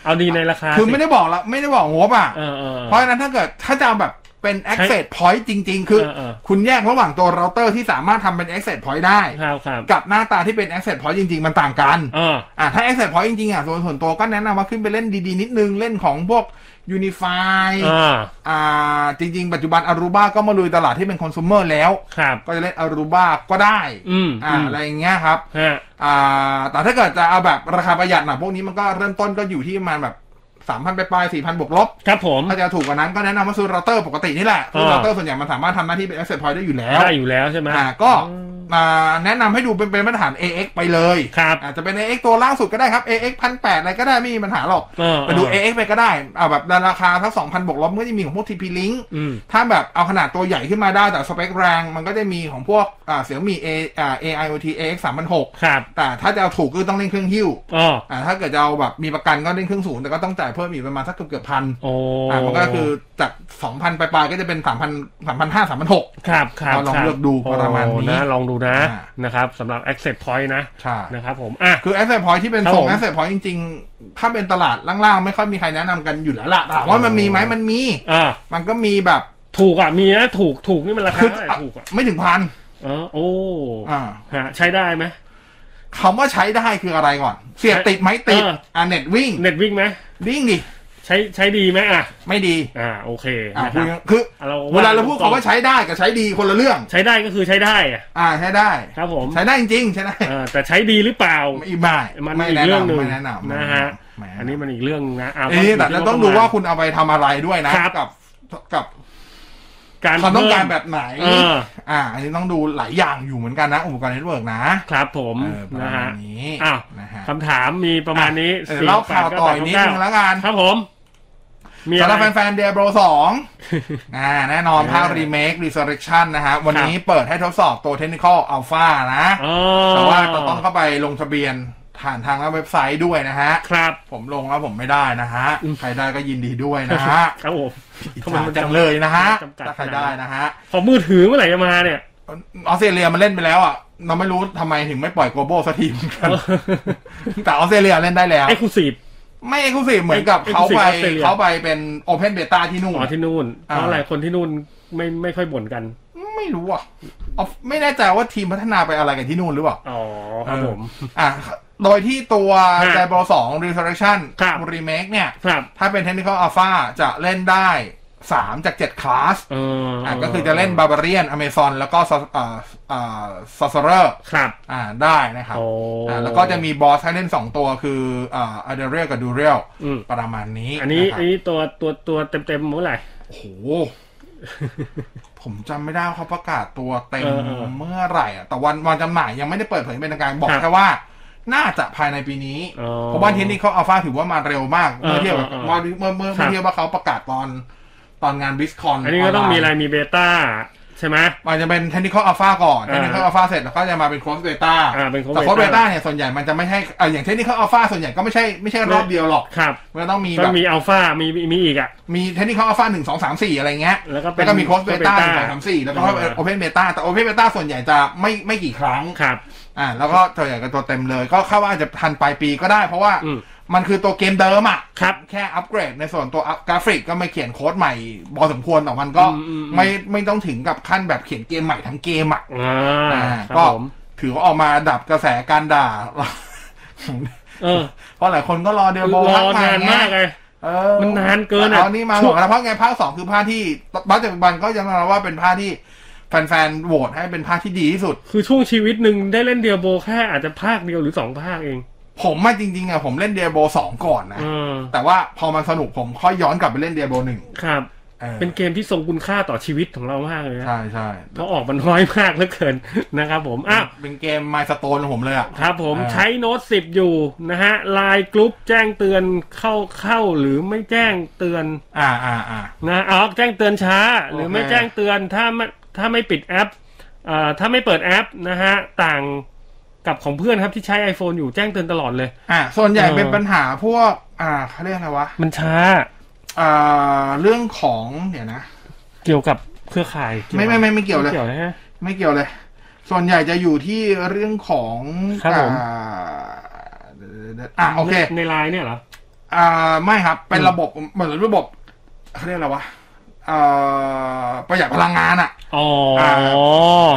[SPEAKER 5] เอาดีในราคา
[SPEAKER 6] คือ
[SPEAKER 5] สิ
[SPEAKER 6] ไม่ได้บอกละไม่ได้บอกงบอ่ะ
[SPEAKER 5] เออเออ
[SPEAKER 6] เพราะฉะนั้นถ้าเกิดถ้าจะเอาแบบเป็น access point จริง ๆ คือ
[SPEAKER 5] เออเออ
[SPEAKER 6] คุณแยกระหว่างตัวเราเตอร์ที่สามารถทำเป็น access point ได้
[SPEAKER 5] ครับครับ
[SPEAKER 6] กับหน้าตาที่เป็น access point จริง ๆ มันต่างกัน
[SPEAKER 5] เออ
[SPEAKER 6] อ่ะถ้า access point จริงๆอ่ะส่วนส่วนตัวก็แนะนำว่าขึ้นไปเล่นดีๆ นิดนึงเล่นของพวก unify
[SPEAKER 5] อ่า
[SPEAKER 6] อ่าจริงๆ ปัจจุบันอารูบาก็มาลุยตลาดที่เป็นคอน sumer แล้ว
[SPEAKER 5] ครับ
[SPEAKER 6] ก็จะเล่นอารูบาก็ได้
[SPEAKER 5] อืม
[SPEAKER 6] อ่า
[SPEAKER 5] อืม
[SPEAKER 6] อะไรอย่างเงี้ยครับ
[SPEAKER 5] ฮะ
[SPEAKER 6] อ่าแต่ถ้าเกิดจะเอาแบบราคาประหยัดหน่อยพวกนี้มันก็เริ่มต้นก็อยู่ที่ประมาณแบบสามพันปลายสี่พันบวกลบ
[SPEAKER 5] ครับผม
[SPEAKER 6] ถ้าจะถูกกว่านั้นก็แนะนำว่าซื้อเราเตอร์ปกตินี่แหละ
[SPEAKER 5] อ่า
[SPEAKER 6] ซึ่งเราเตอร์ส่วนใหญ่มันสามารถทำหน้าที่เป็น access point ได้อยู่แล้ว
[SPEAKER 5] ได้อยู่แล้วใช่ไหม
[SPEAKER 6] อ่าก็อ่าแนะนำให้ดูเป็นเป็นมาตรฐาน AX ไปเลย
[SPEAKER 5] ครับ
[SPEAKER 6] อาจจะเป็น AX ตัวล่าสุดก็ได้ครับ AX พันแปดอะไรก็ได้ไม่มีปัญหาหรอก
[SPEAKER 5] เออ
[SPEAKER 6] ไปดู AX ไปก็ได้เอาแบบราคาทั้งสองพันบวกลบมันก็จะมีของพวก TP Link
[SPEAKER 5] อืม
[SPEAKER 6] ถ้าแบบเอาขนาดตัวใหญ่ขึ้นมาได้แต่สเปคแรงมันก็จะมีของพวกอ่าเสี่ยมี A อ่า AIoT AX 3 0 0
[SPEAKER 5] ครับ
[SPEAKER 6] แต่ถ้าจะเอาถูกก็ต้องเล่นเครื่องหิ้ว
[SPEAKER 5] อ๋อ
[SPEAKER 6] อ่าถ้าเกิดจะเอาแบบมีประกันก็เล่นเครื่องศูนย์แต่ก็ต้องจ่ายเพิ่มอีกประมาณสักเกือบเกือบพัน
[SPEAKER 5] โอ้
[SPEAKER 6] อ่ามันก็คือจาก 2,000 ปลายๆก็จะเป็น 3,000 3,500 3,600
[SPEAKER 5] ครับครับ
[SPEAKER 6] เราลอง
[SPEAKER 5] ครับ
[SPEAKER 6] เลือกดูประมาณนี้
[SPEAKER 5] โอ้นะลองดูนะ
[SPEAKER 6] อ่า
[SPEAKER 5] นะครับสำหรับ Access Point นะ
[SPEAKER 6] ใช่
[SPEAKER 5] นะครับผม อ่ะ
[SPEAKER 6] คือ asset point ที่เป็น
[SPEAKER 5] ครับ
[SPEAKER 6] ส่ง
[SPEAKER 5] ผม
[SPEAKER 6] asset point จริง ๆ ถ้าเป็นตลาดล่างๆ ไม่ค่อยมีใครแนะนำกันอยู่แล้วล่ะถามว่ามันมีไหมมันมี
[SPEAKER 5] อ่า
[SPEAKER 6] มันก็มีแบบ
[SPEAKER 5] ถูกอ่ะ มีนะ ถูกถูกนี่มันราคา
[SPEAKER 6] คือ
[SPEAKER 5] เท่าไหร่ถูกอ่ะ
[SPEAKER 6] ไม่ถึงพัน
[SPEAKER 5] เออโอ้
[SPEAKER 6] อ่า
[SPEAKER 5] ฮะใช้ได้ไหม
[SPEAKER 6] คำว่าใช้ได้คืออะไรก่อน เสียบติดไหมติด
[SPEAKER 5] เออ
[SPEAKER 6] อ่าเน็ตวิ่ง
[SPEAKER 5] เน็ตวิ่งไหม
[SPEAKER 6] วิ่งดิ
[SPEAKER 5] ใช้ใช้ดีไหมอ่ะ
[SPEAKER 6] ไม่ดี
[SPEAKER 5] อ่าโอเค
[SPEAKER 6] อ่า
[SPEAKER 5] นะค
[SPEAKER 6] คุย
[SPEAKER 5] รับ
[SPEAKER 6] กันคือ
[SPEAKER 5] เรา
[SPEAKER 6] เวลาเราพูดคำว่าใช้ได้กับใช้ดีคนละเรื่อง
[SPEAKER 5] ใช้ได้ก็คือใช้ได้อะ
[SPEAKER 6] อ่าใช้ได้
[SPEAKER 5] ครับผม
[SPEAKER 6] ใช้ได้จริงๆใช้ได้
[SPEAKER 5] เออแต่ใช้ดีหรือเปล่า
[SPEAKER 6] ไม่ไม่
[SPEAKER 5] มัน
[SPEAKER 6] ไม่
[SPEAKER 5] อี
[SPEAKER 6] แนะ
[SPEAKER 5] กเรื่องหนึ่
[SPEAKER 6] นำ
[SPEAKER 5] ง
[SPEAKER 6] ไม่แนะนำ
[SPEAKER 5] นะฮะ
[SPEAKER 6] ไม่แะำ
[SPEAKER 5] อันนี้มันอีกเรื่องนะา
[SPEAKER 6] เอ๊ะแต่เราต้องดูว่าคุณเอาไปทำอะไรด้วยนะครับ กับกับ
[SPEAKER 5] การ
[SPEAKER 6] ความต้องการ
[SPEAKER 5] เพิ่ม
[SPEAKER 6] แบบไหน
[SPEAKER 5] เออ
[SPEAKER 6] อ่า อันนี้ต้องดูหลายอย่างอยู่เหมือนกันนะอุปกรณ์เน็ตเวิร์กนะครับ
[SPEAKER 5] ผม
[SPEAKER 6] เออปรมา
[SPEAKER 5] นะฮะ
[SPEAKER 6] ณนี้
[SPEAKER 5] อ้าว
[SPEAKER 6] นะฮะ
[SPEAKER 5] คำถามมีประมาณนี้
[SPEAKER 6] เออเล่าข่าวต่ออีกนิดนึงแล้วกัน
[SPEAKER 5] ครับผม มี
[SPEAKER 6] สำ
[SPEAKER 5] อะ
[SPEAKER 6] ห
[SPEAKER 5] ไร
[SPEAKER 6] รับแฟนๆเดียโบรส
[SPEAKER 5] [LAUGHS]
[SPEAKER 6] องอ่าแน่นอนภาครีเมครีเซอร์เรคชั่นนะฮะ วันนี้เปิดให้ทดสอบตัวเทคนิคอลอัลฟานะ
[SPEAKER 5] อ๋อ
[SPEAKER 6] แต่ว่าจะต้องเข้าไปลงทะเบียนผ่านทางเว็บไซต์ด้วยนะฮะ
[SPEAKER 5] ครับ
[SPEAKER 6] ผมลงแล้วผมไม่ได้นะฮะ ใครได้ก็ยินดีด้วยนะฮะ
[SPEAKER 5] [LAUGHS] ครับผม
[SPEAKER 6] อิจฉาจังเลยนะฮะ
[SPEAKER 5] จำกัด
[SPEAKER 6] ถ้าใครได้นะฮะ
[SPEAKER 5] ขอมือถือเมื่อไหร่จะมาเนี่ย
[SPEAKER 6] ออสเตรเลียมันเล่นไปแล้วอ่ะ เราไม่รู้ทำไมถึงไม่ปล่อยโกลบอลสักทีเห [LAUGHS] มือนกัน แต่ออสเตรเลียเล่นได้แล้ว
[SPEAKER 5] ไอ้คูสีบ
[SPEAKER 6] ไม่เอ็กซ์คลูซีฟเหมือนกับเขาไป
[SPEAKER 5] Exclusive ออสเตรเลีย
[SPEAKER 6] เขาไปเป็นโอเพนเบต้าที่นู่น
[SPEAKER 5] อ๋อที่นู่นเพ
[SPEAKER 6] อ่า
[SPEAKER 5] ราะอะไรคนที่นู่นไม่ไม่ค่อยบ่นกัน
[SPEAKER 6] ไม่รู้อ่ะออฟไม่แน่ใจว่าทีมพัฒนาไปอะไรกันที่นู่นหรือเปล่า
[SPEAKER 5] อ๋อครับผม
[SPEAKER 6] อ่ะ โดยที่ตัว
[SPEAKER 5] ครับ
[SPEAKER 6] ใจบอสอง Resurrection
[SPEAKER 5] ครับ
[SPEAKER 6] Remake เนี่ย
[SPEAKER 5] ครับ
[SPEAKER 6] ถ้าเป็น Technical Alpha จะเล่นได้ 3 จาก 7 คลาส
[SPEAKER 5] เอออ่
[SPEAKER 6] ะก็คือจะเล่น Barbarian Amazon แล้วก็ Sor- อ่าอ่า Sorcerer
[SPEAKER 5] ครับ
[SPEAKER 6] อ่าได้นะครับ
[SPEAKER 5] โอ้
[SPEAKER 6] อ่าแล้วก็จะมีบอสให้เล่น 2 ตัวคืออ่า a d e r i a l กับ Duriel
[SPEAKER 5] อืม
[SPEAKER 6] ประมาณนี้
[SPEAKER 5] อันนี้
[SPEAKER 6] ะค
[SPEAKER 5] อั
[SPEAKER 6] รับ
[SPEAKER 5] นนี้ตัวตัวตัวเต็มเต็มๆเมื่อไหร่
[SPEAKER 6] โอ้โห [LAUGHS] ผมจำไม่ได้ว่าเขาประกาศตัวเต็ม
[SPEAKER 5] เออเออ
[SPEAKER 6] เมื่อไหร่อะแต่วันวันจำหน่ายยังไม่ได้เปิดเผยเป็นทางการบอก
[SPEAKER 5] ครับ
[SPEAKER 6] แค่ว่า น่าจะภายในปีนี้
[SPEAKER 5] อ๋อ
[SPEAKER 6] เพราะว่าเทนนิคเขาอัลฟาถือว่ามาเร็วมาก
[SPEAKER 5] เอ
[SPEAKER 6] เมื่
[SPEAKER 5] อ
[SPEAKER 6] อเทียบกับ
[SPEAKER 5] เออเออ
[SPEAKER 6] เมื่อเมื่อเมื่อ
[SPEAKER 5] ครับ
[SPEAKER 6] เทียบว่าเขาประกาศตอนตอนงานบิสคอน
[SPEAKER 5] อันนี้ก็ต้องมีอะไรมีเบต้าใช่ไหม
[SPEAKER 6] มันจะเป็นเทนนิคอัลฟาก่อนเท
[SPEAKER 5] อ่าน
[SPEAKER 6] นิคอัลฟาเสร็จแล้วก็จะมาเป็นโค้ชเบต้า
[SPEAKER 5] อ่าเป็น Cross
[SPEAKER 6] แต่โค้ชเบ
[SPEAKER 5] Beta
[SPEAKER 6] ต้าเนี่ยส่วนใหญ่มันจะไม่ให้อ่าอย่างเทนนิคอัลฟาส่วนใหญ่ก็ไม่ใช่ไม่ใช่รอบเดียวหรอก
[SPEAKER 5] ครับ
[SPEAKER 6] มันก็ต้องมี
[SPEAKER 5] ต้
[SPEAKER 6] แบ
[SPEAKER 5] อบ งมีอัลฟามีมีมีอีกอ่ะ
[SPEAKER 6] มีเทคนิคอัลฟาหนึ่งสองสามสี่อะไรเงี้ย
[SPEAKER 5] แล้วก็เป็น
[SPEAKER 6] แล้วก็มีโค้ดเบต้าหนึ่งสอง
[SPEAKER 5] Beta
[SPEAKER 6] สามสี่แล้วก็
[SPEAKER 5] อ่า
[SPEAKER 6] โอเพนเบต้าแต่โอเพนเบต้าส่วนใหญ่จะไม่ไม่กี่ครั้ง
[SPEAKER 5] ครับ
[SPEAKER 6] อ่าแล้วก็ส่วนใหญ่ก็ตัวเต็มเลย ก็คาดว่าอาจจะทันปลายปีก็ได้ เพราะว่า
[SPEAKER 5] อืม
[SPEAKER 6] มันคือตัวเกมเดิมอ่ะ
[SPEAKER 5] ครับ
[SPEAKER 6] แค่อัปเกรดในส่วนตัวอัพกราฟิกก็มาเขียนโค้ดใหม่พอสมควรแต่มันก็
[SPEAKER 5] อืมอืมอืม
[SPEAKER 6] ไม่ไม่ต้องถึงกับขั้นแบบเขียนเกมใหม่ทั้งเกมอ่ะ
[SPEAKER 5] อ่า
[SPEAKER 6] อ่า
[SPEAKER 5] ครับ
[SPEAKER 6] ก็
[SPEAKER 5] ผม
[SPEAKER 6] ถือว่าออกมาดับกระแสการด่า [LAUGHS]
[SPEAKER 5] เออ
[SPEAKER 6] เพราะหลายคนก็รอเดลโบ
[SPEAKER 5] ร
[SPEAKER 6] ภา
[SPEAKER 5] อ
[SPEAKER 6] คให
[SPEAKER 5] นาน
[SPEAKER 6] ไง
[SPEAKER 5] มากเลย
[SPEAKER 6] เออ
[SPEAKER 5] มันนานเกินอะ
[SPEAKER 6] เอานี่มาบ
[SPEAKER 5] ช่ว
[SPEAKER 6] อง กนะเพราะไงภาคสองคือภาคที่ปัจจุบันก็ยังรับว่าเป็นภาคที่แฟนๆโหวตให้เป็นภาคที่ดีที่สุด
[SPEAKER 5] คือช่วงชีวิตหนึ่งได้เล่นเดียโบแค่อาจจะภาคเดียวหรือสองภาคเอง
[SPEAKER 6] ผมมาจริงๆอะผมเล่นเดียโบสองก่อนนะ
[SPEAKER 5] เออ
[SPEAKER 6] แต่ว่าพอมันสนุกผมค่อยย้อนกลับไปเล่นเดียโบหนึ่ง
[SPEAKER 5] ครับ
[SPEAKER 6] ออ
[SPEAKER 5] เป็นเกมที่ทรงคุณค่าต่อชีวิตของเรามากเลยนะ
[SPEAKER 6] ใช่ใช่
[SPEAKER 5] เพราะออกมันน้อยมากเหลือเกิน นะครับผมอ้าว
[SPEAKER 6] เป็นเกมไมสโตนของผมเลยอะ
[SPEAKER 5] ครับผม
[SPEAKER 6] อ่า
[SPEAKER 5] ใช้โน้ต10 อยู่นะฮะไลน์กรุ๊ปแจ้งเตือนเข้าเข้าหรือไม่แจ้งเตือน
[SPEAKER 6] อ่าอ่าอ่า
[SPEAKER 5] นะเอาแจ้งเตือนช้า หรือ
[SPEAKER 6] โอเค
[SPEAKER 5] ไม่แจ้งเตือนถ้าไม่ถ้าไม่ปิดแอปอ่าถ้าไม่เปิดแอปนะฮะต่างกับของเพื่อนครับที่ใช้ iPhone อยู่แจ้งเตือนตลอดเลย
[SPEAKER 6] อ่าส่วนใหญ่
[SPEAKER 5] เออ
[SPEAKER 6] เป็นปัญหาพวก อ่าเขาเรียกอะไรวะ
[SPEAKER 5] มันช้า
[SPEAKER 6] อ่าเรื่องของเดี๋ยวนะ
[SPEAKER 5] เกี่ยวกับเครือข่าย
[SPEAKER 6] ไม่ไม่ไม่ไม่เกี่ยวเลย
[SPEAKER 5] เกี่ยวนะฮะ
[SPEAKER 6] ไม่เกี่ยวเลย ส่วนใหญ่จะอยู่ที่เรื่องของ
[SPEAKER 5] ครับผม
[SPEAKER 6] อ่าอ่าโอเค
[SPEAKER 5] ในในไลน์เนี่ยเหรอ
[SPEAKER 6] อ่าไม่ครับ เป็น
[SPEAKER 5] อืม
[SPEAKER 6] ระบบเหมือนระบบเขาเรียกอะไรวะอ่าประหยัดพลังงานอ่ะ
[SPEAKER 5] อ๋ออา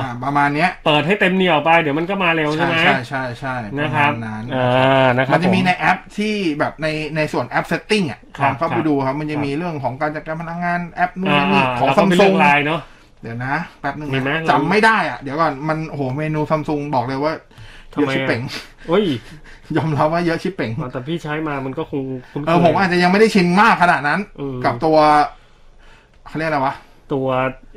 [SPEAKER 6] อ่าประมาณเนี้ย
[SPEAKER 5] เปิดให้เต็มเหนียวไปเดี๋ยวมันก็มาเร็วใช่ไหม
[SPEAKER 6] ใช่ใช่ใช่
[SPEAKER 5] นะครับ
[SPEAKER 6] ปมาณนั้น
[SPEAKER 5] อ่านะครับ
[SPEAKER 6] มันจะมี
[SPEAKER 5] ผ
[SPEAKER 6] ในแอปที่แบบในในส่วนแอปเซตติ้งอ่ะ
[SPEAKER 5] ครั
[SPEAKER 6] ล
[SPEAKER 5] บ
[SPEAKER 6] องเข้าไปดูครับ มันจะมีเรื่องของการจัดการพลังงานแอปนู่น
[SPEAKER 5] อ่า
[SPEAKER 6] นี่
[SPEAKER 5] อ่า
[SPEAKER 6] ของ
[SPEAKER 5] เรา
[SPEAKER 6] ซั
[SPEAKER 5] ก็
[SPEAKER 6] ม
[SPEAKER 5] เป็น
[SPEAKER 6] ซุ
[SPEAKER 5] เรื่
[SPEAKER 6] ง
[SPEAKER 5] องไลน์เนาะ
[SPEAKER 6] เดี๋ยวนะแป๊บหนึง
[SPEAKER 5] มีไหม
[SPEAKER 6] จำไม่ได้อ่ะ เดี๋ยวก่อนมันโอ้โหเมนูซัมซุงบอกเลยว่า
[SPEAKER 5] ทำ
[SPEAKER 6] เยอะ
[SPEAKER 5] ไม
[SPEAKER 6] ชิบ
[SPEAKER 5] อะ
[SPEAKER 6] เป่ง
[SPEAKER 5] เอ้ย
[SPEAKER 6] ยอมรับว่าเยอะชิบเป่ง
[SPEAKER 5] แต่พี่ใช้มามันก็คงคุ้นๆ
[SPEAKER 6] เออผมอาจจะยังไม่ได้ชินมากขนาดนั้น
[SPEAKER 5] เออ
[SPEAKER 6] กับตัวเขาเรียกอะไรวะ
[SPEAKER 5] ตัว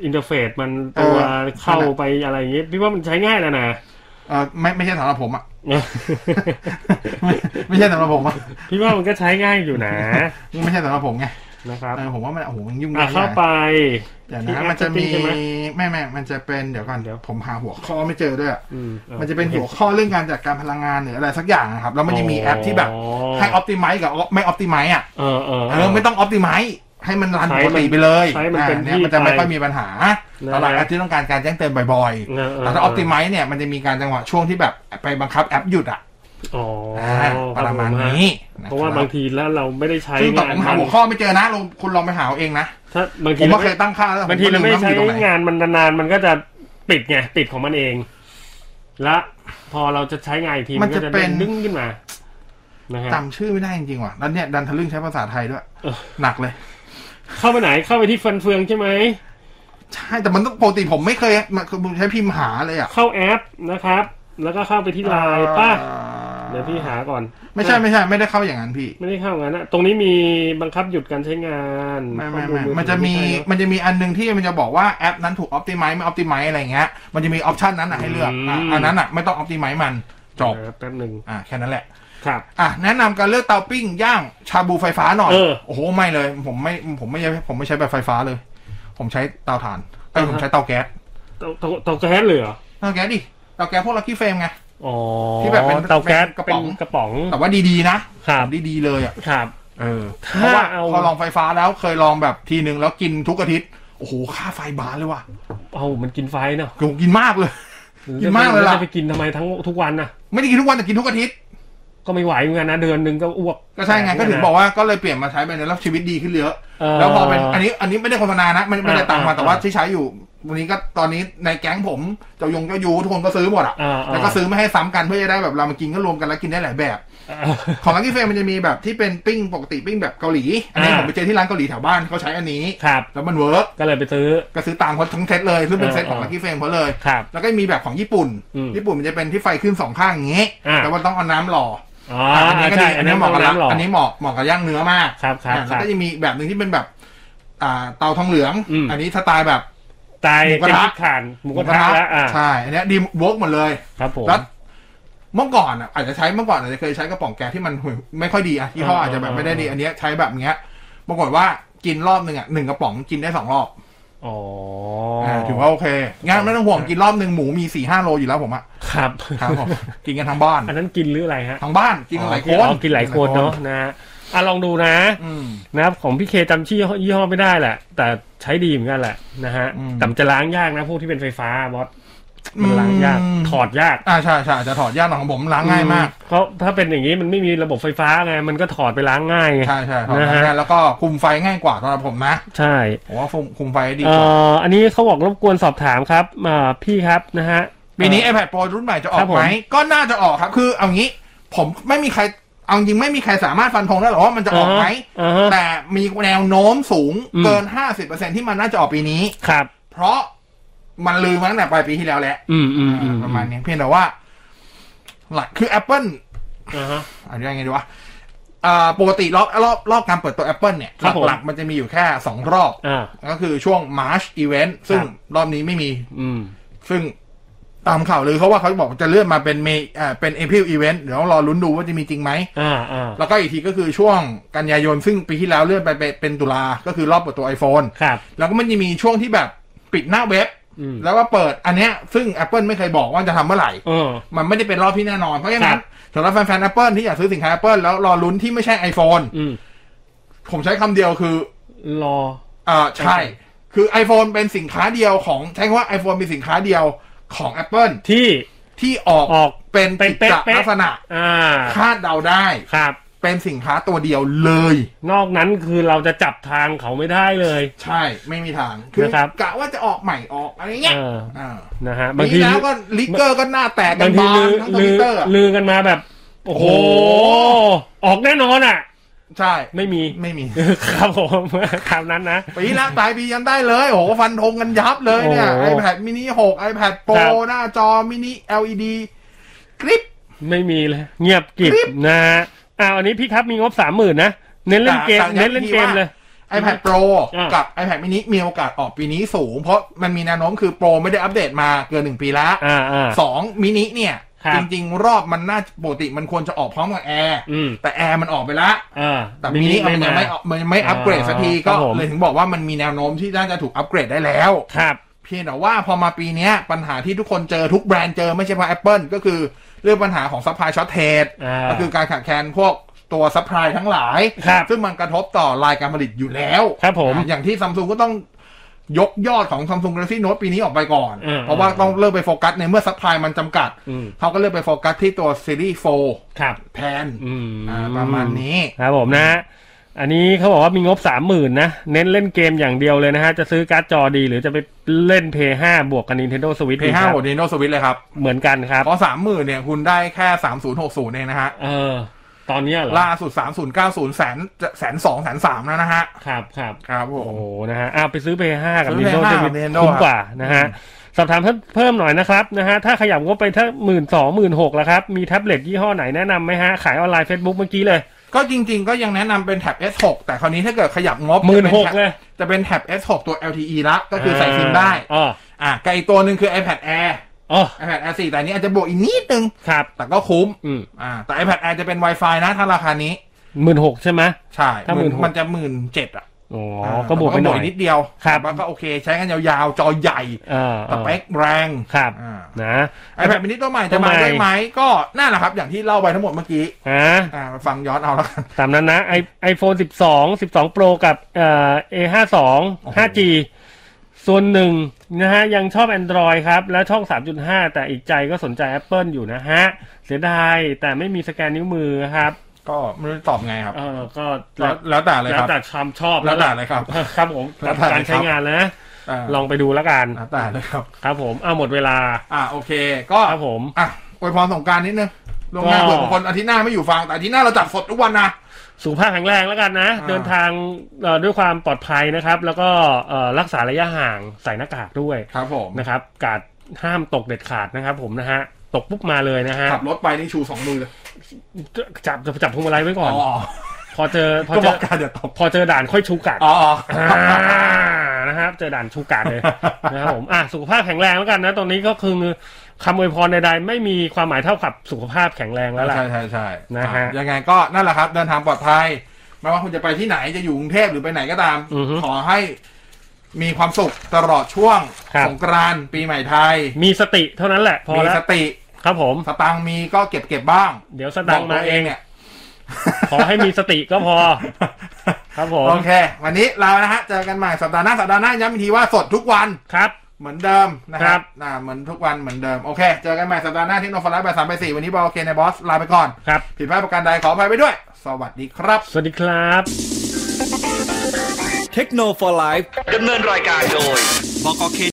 [SPEAKER 5] อินเทอร์เฟซมันตัว
[SPEAKER 6] เออ
[SPEAKER 5] เข้าไปอะไรอย่างเงี้ยพี่ว่ามันใช้ง่ายแล้วนะ
[SPEAKER 6] เออไม่ไม่ใช่สำหรับผม
[SPEAKER 5] [LAUGHS]
[SPEAKER 6] อ่ะ ไม่ไม่ใช่สำหรับผมอ่ะ
[SPEAKER 5] พี่ว่ามันก็ใช้ง่ายอยู่นะ
[SPEAKER 6] ไม่ใช่สำหรับผมไง
[SPEAKER 5] นะครับ
[SPEAKER 6] เออผมว่ามันโอ้โหมันยุ่ง
[SPEAKER 5] อ่ะ
[SPEAKER 6] ยาก
[SPEAKER 5] เข้าไป
[SPEAKER 6] เดี๋ยว
[SPEAKER 5] ที่
[SPEAKER 6] นะ
[SPEAKER 5] แอป
[SPEAKER 6] มันจะมี
[SPEAKER 5] เซตติ้งใช่ไหม
[SPEAKER 6] ไม่ไม่มันจะเป็นเดี๋ยวก่อน
[SPEAKER 5] เดี๋ยว
[SPEAKER 6] ผมหาหัวข้อไม่เจอด้วยอะ
[SPEAKER 5] อือา
[SPEAKER 6] มันจะเป็นหัวข้อเรื่องการจัดการพลังงานหรืออะไรสักอย่างอะครับแล้วมันจะมีแอปที่แบบให้ออ t ติไม e กับไม่ออ t ติไม e อ่ะ
[SPEAKER 5] เออเออ
[SPEAKER 6] เออไม่ต้องออ t ติไม e ให้มันรัน
[SPEAKER 5] ใช้
[SPEAKER 6] ป
[SPEAKER 5] มัน
[SPEAKER 6] กติไปเลย
[SPEAKER 5] ใช้มัน
[SPEAKER 6] อ่า
[SPEAKER 5] เป็น
[SPEAKER 6] เนี่ย
[SPEAKER 5] ที่
[SPEAKER 6] มันจะไม่
[SPEAKER 5] ไป
[SPEAKER 6] ค่อยมีปัญหา
[SPEAKER 5] นะ
[SPEAKER 6] สำหรับแอปที่ต้องการการแจ้งเตือนบ่อย
[SPEAKER 5] เออเอ
[SPEAKER 6] ๆ
[SPEAKER 5] อ
[SPEAKER 6] แต่ถ้าออ t ติไม e เนี่ยมันจะมีการจังหวะช่วงที่แบบไปบังคับแอปหยุดอ่ะ
[SPEAKER 5] อ๋อ
[SPEAKER 6] อ่าประมาณนี้นคบ
[SPEAKER 5] เพราะว่าบางทีแล้วเราไม่ได้ใช้
[SPEAKER 6] ซึ่งแต่
[SPEAKER 5] งา
[SPEAKER 6] ผ
[SPEAKER 5] น
[SPEAKER 6] มหาหัวข้อไม่เจอนะลองคุณลองไปหาเอาเองนะ
[SPEAKER 5] ถ้าบาง
[SPEAKER 6] ผ
[SPEAKER 5] ที
[SPEAKER 6] ม
[SPEAKER 5] เรา
[SPEAKER 6] ว่าเคยตั้งค่าแล้ว
[SPEAKER 5] บางทีเราไม่ได้
[SPEAKER 6] ผ
[SPEAKER 5] ใช้
[SPEAKER 6] ลืว่นอยู่ตรหน
[SPEAKER 5] งานมันนานๆมันก็จะปิดไงปิดของมันเอง และพอเราจะใช้งานอีกทีมันก็จะด้งดึงขึ้นมานะฮะ
[SPEAKER 6] จำชื่อไม่ได้จริงๆว่ะแล้วเนี่ยดันทะลึ่งใช้ภาษาไทยด้วย
[SPEAKER 5] เออ
[SPEAKER 6] หนักเลย
[SPEAKER 5] เข้าไปไหนเข้าไปที่ฟันเฟืองใช่ไหม
[SPEAKER 6] ใช่แต่มันต้องปกติผมไม่เคยมันคือผมใช้พิมพ์หาเลยอ่ะ
[SPEAKER 5] เข้าแอปนะครับ แล้วก็เข้าไปที่ไลน์ป่ะ เดี๋ยวพี่หาก่อน
[SPEAKER 6] ไม่ใช่ไม่ใช่ไม่ได้เข้าอย่างนั้นพี่
[SPEAKER 5] ไม่ได้เข้างั้นนะตรงนี้มีบังคับหยุดการใช้งาน
[SPEAKER 6] ไม่ไม่
[SPEAKER 5] ข้อ
[SPEAKER 6] ไม่
[SPEAKER 5] ลอถือ
[SPEAKER 6] มันจะมี
[SPEAKER 5] ไใช่เนอะ
[SPEAKER 6] มันจะมีอันหนึงที่มันจะบอกว่าแอปนั้นถูกออ t ติไม e ไม่ออ t ติไม e อะไรเงี้ยมันจะมีออปชันนั้นอ่ะให้เลือกอ่ะ
[SPEAKER 5] อืม
[SPEAKER 6] อันนั้นอ่ะไม่ต้องออ t ติไม e มันจบ
[SPEAKER 5] แป๊บหนึ่ง
[SPEAKER 6] อ่ะแค่นั้นแหละ
[SPEAKER 5] ครับ
[SPEAKER 6] อ่ะแนะนำการเลือกเตาปิ้งย่างชาบูไฟฟ้าหน่อย
[SPEAKER 5] เออ
[SPEAKER 6] โอ้โหไม่เลย ผมไม่ผมไม่ใช้ผมไม่ใช้แบบไฟฟ้าเลย ผมใช้เตาถ่านเอ้ยผมใช้เตาแก๊ส
[SPEAKER 5] เตาเตาเตาแก๊สเลยเหรอ
[SPEAKER 6] เตาแก๊สดิเตาแก๊สพวกลักกี้เฟรมไง
[SPEAKER 5] อ๋อ
[SPEAKER 6] ที่แบบเป็น
[SPEAKER 5] เตาแก๊ส
[SPEAKER 6] เป็นกระป๋
[SPEAKER 5] เป็น
[SPEAKER 6] อง
[SPEAKER 5] กระป๋อง
[SPEAKER 6] แต่ว่าดีๆนะครับ ดีๆเลยอ่ะ
[SPEAKER 5] ครับ
[SPEAKER 6] เออ
[SPEAKER 5] ถ้า
[SPEAKER 6] เพราะว่า
[SPEAKER 5] เอา
[SPEAKER 6] พอลองไฟฟ้าแล้วเคยลองแบบทีนึงแล้วกินทุกอาทิตย์โอ้โหค่าไฟบานเลยว่ะ
[SPEAKER 5] เอามันกินไฟเนาะ
[SPEAKER 6] โหกินมากเลย กินมากเลยล่ะ
[SPEAKER 5] จะไปกินทำไมทั้งทุกวันน่ะ
[SPEAKER 6] ไม่ได้กินทุกวันแต่กินทุกอาทิตย์
[SPEAKER 5] ก็ไม่ไหวเหมือนกันนะเดือนหนึ่งก็อ้วก
[SPEAKER 6] ก็ใช่ไงก็ถึงบอกว่าก็เลยเปลี่ยนมาใช้ไปในแล้วชีวิตดีขึ้นเยอะ
[SPEAKER 5] เออ
[SPEAKER 6] แล้วพอเป็นอันนี้อันนี้ไม่ได้โฆษณานะไม่ไม่ได้ตังค์มาแต่ว่าที่ใช้อยู่ วันนี้ก็ตอนนี้ในแก๊งผมเจ้ายงเจ้ายูทุกคนก็ซื้อหมดอ่ะ
[SPEAKER 5] อ่าๆ
[SPEAKER 6] แล้วก็ซื้อไม่ให้ซ้ำกันเพื่อจะได้แบบเรามากินก็รวมกันแล้วกินได้หลายแบบ ของลักกี้เฟรมมันจะมีแบบที่เป็นปิ้งปกติปิ้งแบบเกาหลี อันนี้
[SPEAKER 5] อ่า
[SPEAKER 6] ผมไปเจอที่ร้านเกาหลีแถวบ้านเขาใช้อันนี้
[SPEAKER 5] ครับ
[SPEAKER 6] แล้วมันเวิร์ก
[SPEAKER 5] ก็เลยไปซื้อ
[SPEAKER 6] ก็ซื้อตามเขาทั้งเซตเลยซึ่งเป็นเซตของ
[SPEAKER 5] เออ
[SPEAKER 6] ลั
[SPEAKER 5] เออ
[SPEAKER 6] กกี้เฟรมเขาเลย
[SPEAKER 5] ครับ
[SPEAKER 6] แล้วก็มีแบบของญี่ปุ่น
[SPEAKER 5] อืม
[SPEAKER 6] ญี่ปุ่นมันจะเป็นที่ไฟขึ้นสองข้างอย่างงี้
[SPEAKER 5] อ่า
[SPEAKER 6] แต่ว่าต้องเอาน้ำหล่อ
[SPEAKER 5] อ๋อ
[SPEAKER 6] ออันนี้ก็
[SPEAKER 5] ใช่
[SPEAKER 6] ดีอันนี้เหมาะกับร้า
[SPEAKER 5] ต้ง
[SPEAKER 6] น
[SPEAKER 5] หลอ
[SPEAKER 6] อันนี้เหมาะเหมาะกับย่างเนื้อมาก
[SPEAKER 5] ครับครับ
[SPEAKER 6] อ่า
[SPEAKER 5] ค
[SPEAKER 6] แล้ว
[SPEAKER 5] รับ
[SPEAKER 6] ก็จะมีแบบหนึ่งที่เป็นแบบ อ่าเตาทองเหลือง
[SPEAKER 5] อืม
[SPEAKER 6] อันนี้สไตล์แบบ
[SPEAKER 5] ตาย
[SPEAKER 6] หมูกระ
[SPEAKER 5] เป็น
[SPEAKER 6] ทะ
[SPEAKER 5] ขานหมูกระทะแล้วอ่า
[SPEAKER 6] ใช่ อันเนี้ยดีเวิร์กหมดเลย
[SPEAKER 5] ครับผม
[SPEAKER 6] แล้วเมื่อก่อนอ่ะอาจจะใช้เมื่อก่อนอาจจะเคยใช้กระป๋องแก๊สที่มันห่วยไม่ค่อยดีอ่ะยี่ห้ออาจจะแบบไม่ได้ดี
[SPEAKER 5] อ่า
[SPEAKER 6] อันเนี้ยใช้แบบเนี้ยปรากฏว่ากินรอบหนึ่งอ่ะหนึ่งกระป๋องกินได้สองรอบ
[SPEAKER 5] อ๋อา
[SPEAKER 6] ถือว่าโอเคงานไม่ต้องห่วงกินรอบหนึ่งหมูมีสี่ห้าโลอยู่แล้วผมอ่ะ
[SPEAKER 5] ครับ
[SPEAKER 6] ครับผม กินกันทั้งบ้าน
[SPEAKER 5] อันนั้นกินหรืออะไรฮะ
[SPEAKER 6] ทั้งบ้านกินกันหลายค
[SPEAKER 5] อ๋อน กินหลายคนเนาะนะฮะอ่ะลองดูนะ
[SPEAKER 6] อืม
[SPEAKER 5] นะครับของพี่เคจำชื่อยี่ห้อไม่ได้แหละ แต่ใช้ดีเหมือนกันแหละนะฮะ
[SPEAKER 6] อืม
[SPEAKER 5] แต่มันจะล้างยากนะพวกที่เป็นไฟฟ้าบอสมั
[SPEAKER 6] อื
[SPEAKER 5] น
[SPEAKER 6] ม
[SPEAKER 5] ล้างยากถอดยาก
[SPEAKER 6] อ่าใช่ใช่อาจจะถอดยากหน่อยของผมล้างง่ายมาก
[SPEAKER 5] เพราะถ้าเป็นอย่างนี้มันไม่มีระบบไฟฟ้าไงมันก็ถอดไปล้างง่ายไง
[SPEAKER 6] ใช่ใช่ถอด
[SPEAKER 5] นะฮะ
[SPEAKER 6] ง่ายแล้วก็คุมไฟง่ายกว่าสำหรับผมนะ
[SPEAKER 5] ใช่
[SPEAKER 6] ผมว่าคุมคุมไฟดี
[SPEAKER 5] เอ่
[SPEAKER 6] กว่า
[SPEAKER 5] ออันนี้เขาบอกรบกวนสอบถามครับอ่าพี่ครับนะฮะ
[SPEAKER 6] ปีนี้ iPad Pro รุ่นใหม่จะออ
[SPEAKER 5] ครั
[SPEAKER 6] ก
[SPEAKER 5] บผม
[SPEAKER 6] ไหมก็น่าจะออกครับ คือเอางี้ ผมไม่มีใครเอาจริงไม่มีใครสามารถฟันธงได้หรอกว่ามันจะออกไหม
[SPEAKER 5] อ่าฮะ
[SPEAKER 6] แต่มีแนวโน้มสูง
[SPEAKER 5] อืม
[SPEAKER 6] เกิน 50%ที่มันน่าจะออกปีนี้
[SPEAKER 5] ครับ
[SPEAKER 6] เพราะมันลืมมาตั้งแต่ปลายปีที่แล้วแหละ
[SPEAKER 5] อืมอืมอืม
[SPEAKER 6] ประมาณนี้เพียงแต่ว่า หลักคือ Apple
[SPEAKER 5] อ่าฮะ
[SPEAKER 6] อันนี้ยังไงดีวะอ่าปกติรอบรอบรอบการเปิดตัว Apple เนี่ย
[SPEAKER 5] ครับผม
[SPEAKER 6] หลักๆมันจะมีอยู่แค่ 2 รอบ
[SPEAKER 5] อ่า
[SPEAKER 6] ก็คือช่วง March Event ซึ่ง
[SPEAKER 5] ครับ
[SPEAKER 6] รอบนี้ไม่มี
[SPEAKER 5] อืม
[SPEAKER 6] ซึ่งตามข่าวลือเขาว่าเขาบอกจะเลื่อนมาเป็นเมอ่าเป็น April Event เดี๋ยวต้องรอลุ้นดูว่าจะมีจริงไหม
[SPEAKER 5] อ่าอ่า
[SPEAKER 6] แล้วก็อีกทีก็คือช่วงกันยายน ซึ่งปีที่แล้วเลื่อนไปเป็นตุลา ก็คือรอบเปิดตัว iPhone
[SPEAKER 5] ครับ
[SPEAKER 6] แล้วก็มันจะมีช่วงที่แบบปิดหน้าเว็บ
[SPEAKER 5] อืม
[SPEAKER 6] แล้วว่าเปิดอันเนี้ยซึ่ง Apple ไม่เคยบอกว่าจะทำเมื่อไหร่
[SPEAKER 5] เออ
[SPEAKER 6] มันไม่ได้เป็นรอบที่แน่นอน เพราะฉะนั้
[SPEAKER 5] ครั
[SPEAKER 6] น
[SPEAKER 5] บ
[SPEAKER 6] สำหรับแฟนๆ Apple ที่อยากซื้อสินค้า Apple แล้วรอลุ้นที่ไม่ใช่ iPhone
[SPEAKER 5] อืม
[SPEAKER 6] ผมใช้คำเดียวคือ
[SPEAKER 5] รอ
[SPEAKER 6] อ่าใช่ คือ iPhone เป็นสินค้าเดียวของใช้คำว่า iPhone เป็นสินค้าเดียวของ Apple
[SPEAKER 5] ที่
[SPEAKER 6] ที่ออก
[SPEAKER 5] ออก
[SPEAKER 6] เป็น
[SPEAKER 5] เป็
[SPEAKER 6] กิ
[SPEAKER 5] น
[SPEAKER 6] จจะ
[SPEAKER 5] เป๊ะๆ
[SPEAKER 6] ลักษณะ
[SPEAKER 5] อ่า
[SPEAKER 6] คาดเดาได้
[SPEAKER 5] ครับ
[SPEAKER 6] เป็นสินค้าตัวเดียวเลย
[SPEAKER 5] นอกนั้นคือเราจะจับทางเขาไม่ได้เลย
[SPEAKER 6] ใช่ไม่มีทางคือ
[SPEAKER 5] นะครับ
[SPEAKER 6] กะว่าจะออกใหม่ออกอะไรเงี้ย
[SPEAKER 5] เออ
[SPEAKER 6] อ่า
[SPEAKER 5] นะฮะบา
[SPEAKER 6] บาง ง
[SPEAKER 5] ที
[SPEAKER 6] ทีแล้วก็ลิกเกอร์ก็หน้าแตกกับ
[SPEAKER 5] าง
[SPEAKER 6] น
[SPEAKER 5] ที
[SPEAKER 6] บาน
[SPEAKER 5] ลือ
[SPEAKER 6] ทั้งท
[SPEAKER 5] ลื
[SPEAKER 6] วิ
[SPEAKER 5] อ
[SPEAKER 6] ตเตอร์
[SPEAKER 5] ลือกันมาแบบ โอ้โห
[SPEAKER 6] โอ้โห
[SPEAKER 5] ออกแน่นอนอ่ะ
[SPEAKER 6] ใช่
[SPEAKER 5] ไม่มี
[SPEAKER 6] ไม่มี
[SPEAKER 5] ครับผม [LAUGHS] คราวนั้นนะ
[SPEAKER 6] ปีละตายปียันได้เลย โอ้โหฟันธงกันยับเลยเนี่ย
[SPEAKER 5] โอ้โห
[SPEAKER 6] iPad mini 6 iPad Pro
[SPEAKER 5] ครับ
[SPEAKER 6] หน้าจอ mini LED กริป
[SPEAKER 5] ไม่มีเลย เงียบกริบ
[SPEAKER 6] กริบ
[SPEAKER 5] นะฮะอ้าวอันนี้พี่ครับมีงบสามหมื่นนะ เน้นเล่นเกม
[SPEAKER 6] แต่แต่
[SPEAKER 5] เน้นเล่นเกมเลย
[SPEAKER 6] ว่า iPad Pro
[SPEAKER 5] อ่ากั
[SPEAKER 6] กับ iPad mini มีโอกาสออกปีนี้สูง เพราะมันมีแนวโน้มคือ Pro ไม่ได้อัปเดตมาเกินหนึ่งปีละ
[SPEAKER 5] อ่าอ่า
[SPEAKER 6] สองมินิเนี่ย
[SPEAKER 5] ครับ
[SPEAKER 6] จริง ๆ รอบมันน่าปกติมันควรจะออกพร้อมกับแอร์
[SPEAKER 5] อืม
[SPEAKER 6] แต่แอร์มันออกไปละ
[SPEAKER 5] อ่า
[SPEAKER 6] แต่มินิมันยังไม่ออกมันยังไม่อัปเกรดสักที
[SPEAKER 5] อ่า
[SPEAKER 6] ก็
[SPEAKER 5] ครับผม
[SPEAKER 6] เลยถึงบอกว่ามันมีแนวโน้มที่น่าจะถูกอัปเกรดได้แล้ว
[SPEAKER 5] ครับ
[SPEAKER 6] เพียงแต่ว่าพอมาปีเนี้ยปัญหาที่ทุกคนเจอทุกแบรนด์เจอไม่ใช่เพราะ Apple ก็คือเรื่องปัญหาของซัพพลายช็อตเทส
[SPEAKER 5] อ่า
[SPEAKER 6] ก็คือการขาดแคลนพวกตัวซัพพลายทั้งหลาย
[SPEAKER 5] ครับ
[SPEAKER 6] ซึ่งมันกระทบต่อรายการผลิตอยู่แล้ว
[SPEAKER 5] ครับผม
[SPEAKER 6] อ่ะอย่างที่ซัมซุงก็ต้องยกยอดของ Samsung Galaxy Note ปีนี้ออกไปก่อน
[SPEAKER 5] อืม
[SPEAKER 6] เพราะว่าต้องเลิกไปโฟกัสในเมื่อซัพพลายมันจำกัด
[SPEAKER 5] อืม
[SPEAKER 6] เขาก็เลิกไปโฟกัสที่ตัวซีรีส์4
[SPEAKER 5] ครับ
[SPEAKER 6] แทน
[SPEAKER 5] อืม
[SPEAKER 6] อ่าประมาณนี้
[SPEAKER 5] ครับผมนะฮะอันนี้เขาบอกว่ามีงบสามหมื่นนะ เน้นเล่นเกมอย่างเดียวเลยนะฮะ จะซื้อการ์ดจอดีหรือจะไปเล่น Play 5บวกกับ Nintendo Switch ดีค
[SPEAKER 6] P5
[SPEAKER 5] รับ
[SPEAKER 6] โหด Nintendo Switch เลยครับ
[SPEAKER 5] เหมือนกันครับ
[SPEAKER 6] เพราะ30,000เนี่ยคุณได้แค่3060เองนะฮะ
[SPEAKER 5] เออ ตอนเนี้ยเหรอ
[SPEAKER 6] ล่าสุด 3090 แสนแสนสองแสนสามแล้วนะฮะ
[SPEAKER 5] ครับครับ
[SPEAKER 6] ครับผ
[SPEAKER 5] โอ้
[SPEAKER 6] ม
[SPEAKER 5] โห นะฮะอ้าวไปซื้อ Play 5กับ
[SPEAKER 6] ซื้อ
[SPEAKER 5] Nintendo
[SPEAKER 6] Play 5
[SPEAKER 5] Switch
[SPEAKER 6] กับ Nintendo
[SPEAKER 5] คุ้มกว่า นะฮะ สอบถามเพิ่มเพิ่มหน่อยนะครับ นะฮะ ถ้าขยับงบไปถ้าหมื่นสองหมื่นหกแล้วครับ มีแท็บเล็ตยี่ห้อไหนแนะนำไหมฮะ ขายออนไลน์ Facebook เมื่อกี้เลย
[SPEAKER 6] ก็จริง ๆ ก็ยังแนะนำเป็นแท็บ S6 แต่คราวนี้ถ้าเกิดขยับงบ
[SPEAKER 5] หมื่นหก
[SPEAKER 6] จะ
[SPEAKER 5] เล
[SPEAKER 6] เป็แท็
[SPEAKER 5] ย
[SPEAKER 6] บจะเป็นแท็บ S6 ตัว LTE ละ ก็คือใส่ซิมได้
[SPEAKER 5] อ๋อ
[SPEAKER 6] อ่ะกับอีกตัวหนึ่งคือ iPad Air
[SPEAKER 5] อ๋อ
[SPEAKER 6] iPad Air 4 แต่อันนี้อาจจะบวกอีกนิดนึง
[SPEAKER 5] ครับ
[SPEAKER 6] แต่ก็คุ้ม
[SPEAKER 5] อืม
[SPEAKER 6] อ่า แต่ iPad Air จะเป็น Wi-Fi นะ ถ้าราคานี้
[SPEAKER 5] หมื่นหกใช่ไหม
[SPEAKER 6] ใช่
[SPEAKER 5] ถ้า
[SPEAKER 6] หมื่น
[SPEAKER 5] 16,000
[SPEAKER 6] มันจะหมื่นเจ็ดอ่ะ
[SPEAKER 5] อ๋อ
[SPEAKER 6] า
[SPEAKER 5] ก็บวกไปหน่อย
[SPEAKER 6] นิดเดียว
[SPEAKER 5] ครับ
[SPEAKER 6] แต่ว่าก็โอเค ใช้กันยาวๆ จอใหญ่
[SPEAKER 5] เออ
[SPEAKER 6] ส
[SPEAKER 5] เออ
[SPEAKER 6] เปคแรง
[SPEAKER 5] ครับ
[SPEAKER 6] อ่า
[SPEAKER 5] นะ
[SPEAKER 6] iPad mini ตัวใหม่จะ
[SPEAKER 5] ตัว
[SPEAKER 6] มา
[SPEAKER 5] ใหม่
[SPEAKER 6] ได้ไหมก็นั่นแหละครับอย่างที่เล่าไปทั้งหมดเมื่อกี้
[SPEAKER 5] ฮะ
[SPEAKER 6] อ่าฟังย้อนเอาแล้วกัน
[SPEAKER 5] ตามนั้นนะไอไอโฟนสิบสองสิบสองโปรกับเอ่อ A ห้าสองห้า G ส่วนหนึ่งนะฮะ ยังชอบ Android ครับ แล้วช่อง 3.5 แต่อีกใจก็สนใจ Apple อยู่นะฮะ เสียดาย แต่ไม่มีสแกนนิ้วมือครับ
[SPEAKER 6] ก็ไม่รู้จะตอบไงครับ
[SPEAKER 5] เออก็
[SPEAKER 6] แล้
[SPEAKER 5] แล้ว ว
[SPEAKER 6] แล้วแต่เลย
[SPEAKER 5] แล้
[SPEAKER 6] คว รับ
[SPEAKER 5] แต่ความชอบ
[SPEAKER 6] แล้วแต่
[SPEAKER 5] หะ
[SPEAKER 6] เลยครับ
[SPEAKER 5] ครับผม
[SPEAKER 6] แล้วแต่
[SPEAKER 5] การ
[SPEAKER 6] ค
[SPEAKER 5] ใช้
[SPEAKER 6] รับ
[SPEAKER 5] งานนะ
[SPEAKER 6] อ่า
[SPEAKER 5] ลองไปดูแล้วกัน
[SPEAKER 6] อ่ะตายเลยครับ
[SPEAKER 5] ครับผมเอาหมดเวลา
[SPEAKER 6] อ่ะโอเค ก็
[SPEAKER 5] ครับผม
[SPEAKER 6] อ่ะอวยพรสงกรารนิดนึงลวงหน้า
[SPEAKER 5] ก็
[SPEAKER 6] เผื่อบางคนอาทิตย์หน้าไม่อยู่ฟังแต่อาทิตย์หน้าเราจัดสดทุกวันนะ
[SPEAKER 5] สุขภาพแข็งแรงแล้วกันนะ
[SPEAKER 6] อ่า
[SPEAKER 5] เดินทางเอ่อด้วยความปลอดภัยนะครับ แล้วก็เอ่อรักษาระยะห่างใส่หน้ากากด้วย
[SPEAKER 6] ครับผม
[SPEAKER 5] นะครับ กาดห้ามตกเด็ดขาดนะครับ ผมนะฮะตกปุ๊บมาเลยนะฮะ
[SPEAKER 6] ขับรถไปนี่ชูสองมือเลย
[SPEAKER 5] จับจับจับพวงมาลัยไว้ก่อน พอเจอพอ
[SPEAKER 6] ก็
[SPEAKER 5] เจ
[SPEAKER 6] บอ
[SPEAKER 5] อก
[SPEAKER 6] การเดี๋ยวตบ
[SPEAKER 5] พอเจอด่านค่อยชูกัด
[SPEAKER 6] อ๋ออ๋อ
[SPEAKER 5] อ่านะครับเจอด่านชูกัดเลยนะครับผมอ่ะสุขภาพแข็งแรงแล้วกันนะตอนนี้ก็คือคำอวยพรใดๆไม่มีความหมายเท่ากับสุขภาพแข็งแรงแล้วล่ะ
[SPEAKER 6] ใช่ใช่ใช่
[SPEAKER 5] นะฮะ
[SPEAKER 6] ยังไงก็นั่นแหละครับ เดินทางปลอดภัยไม่ว่าคุณจะไปที่ไหนจะอยู่กรุงเทพหรือไปไหนก็ตาม
[SPEAKER 5] อือฮึ
[SPEAKER 6] ขอให้มีความสุขตลอดช่วง
[SPEAKER 5] ครับ
[SPEAKER 6] สงกรานต์ปีใหม่ไทย
[SPEAKER 5] มีสติเท่านั้นแหละ พอ
[SPEAKER 6] มี
[SPEAKER 5] แล้
[SPEAKER 6] ส
[SPEAKER 5] ว
[SPEAKER 6] ติ
[SPEAKER 5] ครับผม
[SPEAKER 6] สตังค์มีก็เก็บเก็บบ้าง
[SPEAKER 5] เดี๋ยวสตังค์มาเอ
[SPEAKER 6] บ
[SPEAKER 5] ง
[SPEAKER 6] กตัวเนี่ย
[SPEAKER 5] ขอให้มีสติก็พอ ครับผม
[SPEAKER 6] โอเค วันนี้ลาแล้วนะฮะ เจอกันใหม่สัปดาห์หน้า สัปดาห์หน้าย้ำอีกทีว่าสดทุกวัน
[SPEAKER 5] ครับ
[SPEAKER 6] เหมือนเดิมนะค
[SPEAKER 5] ครั
[SPEAKER 6] รับบ อ่าเหมือนทุกวันเหมือนเดิม โอเค เจอกันใหม่สัปดาห์หน้าที่โนฟลายบ่ายสามไปสี่วันนี้บอลโอเคในบอส ลาไปก่อน
[SPEAKER 5] ครับ
[SPEAKER 6] ผิดพลาดประการใดขออภัยไปด้วย สวัสดีครับ
[SPEAKER 5] สวัสดีครับ
[SPEAKER 3] เทคโนโลยี for Life ดำเนินรายการโดย บกเค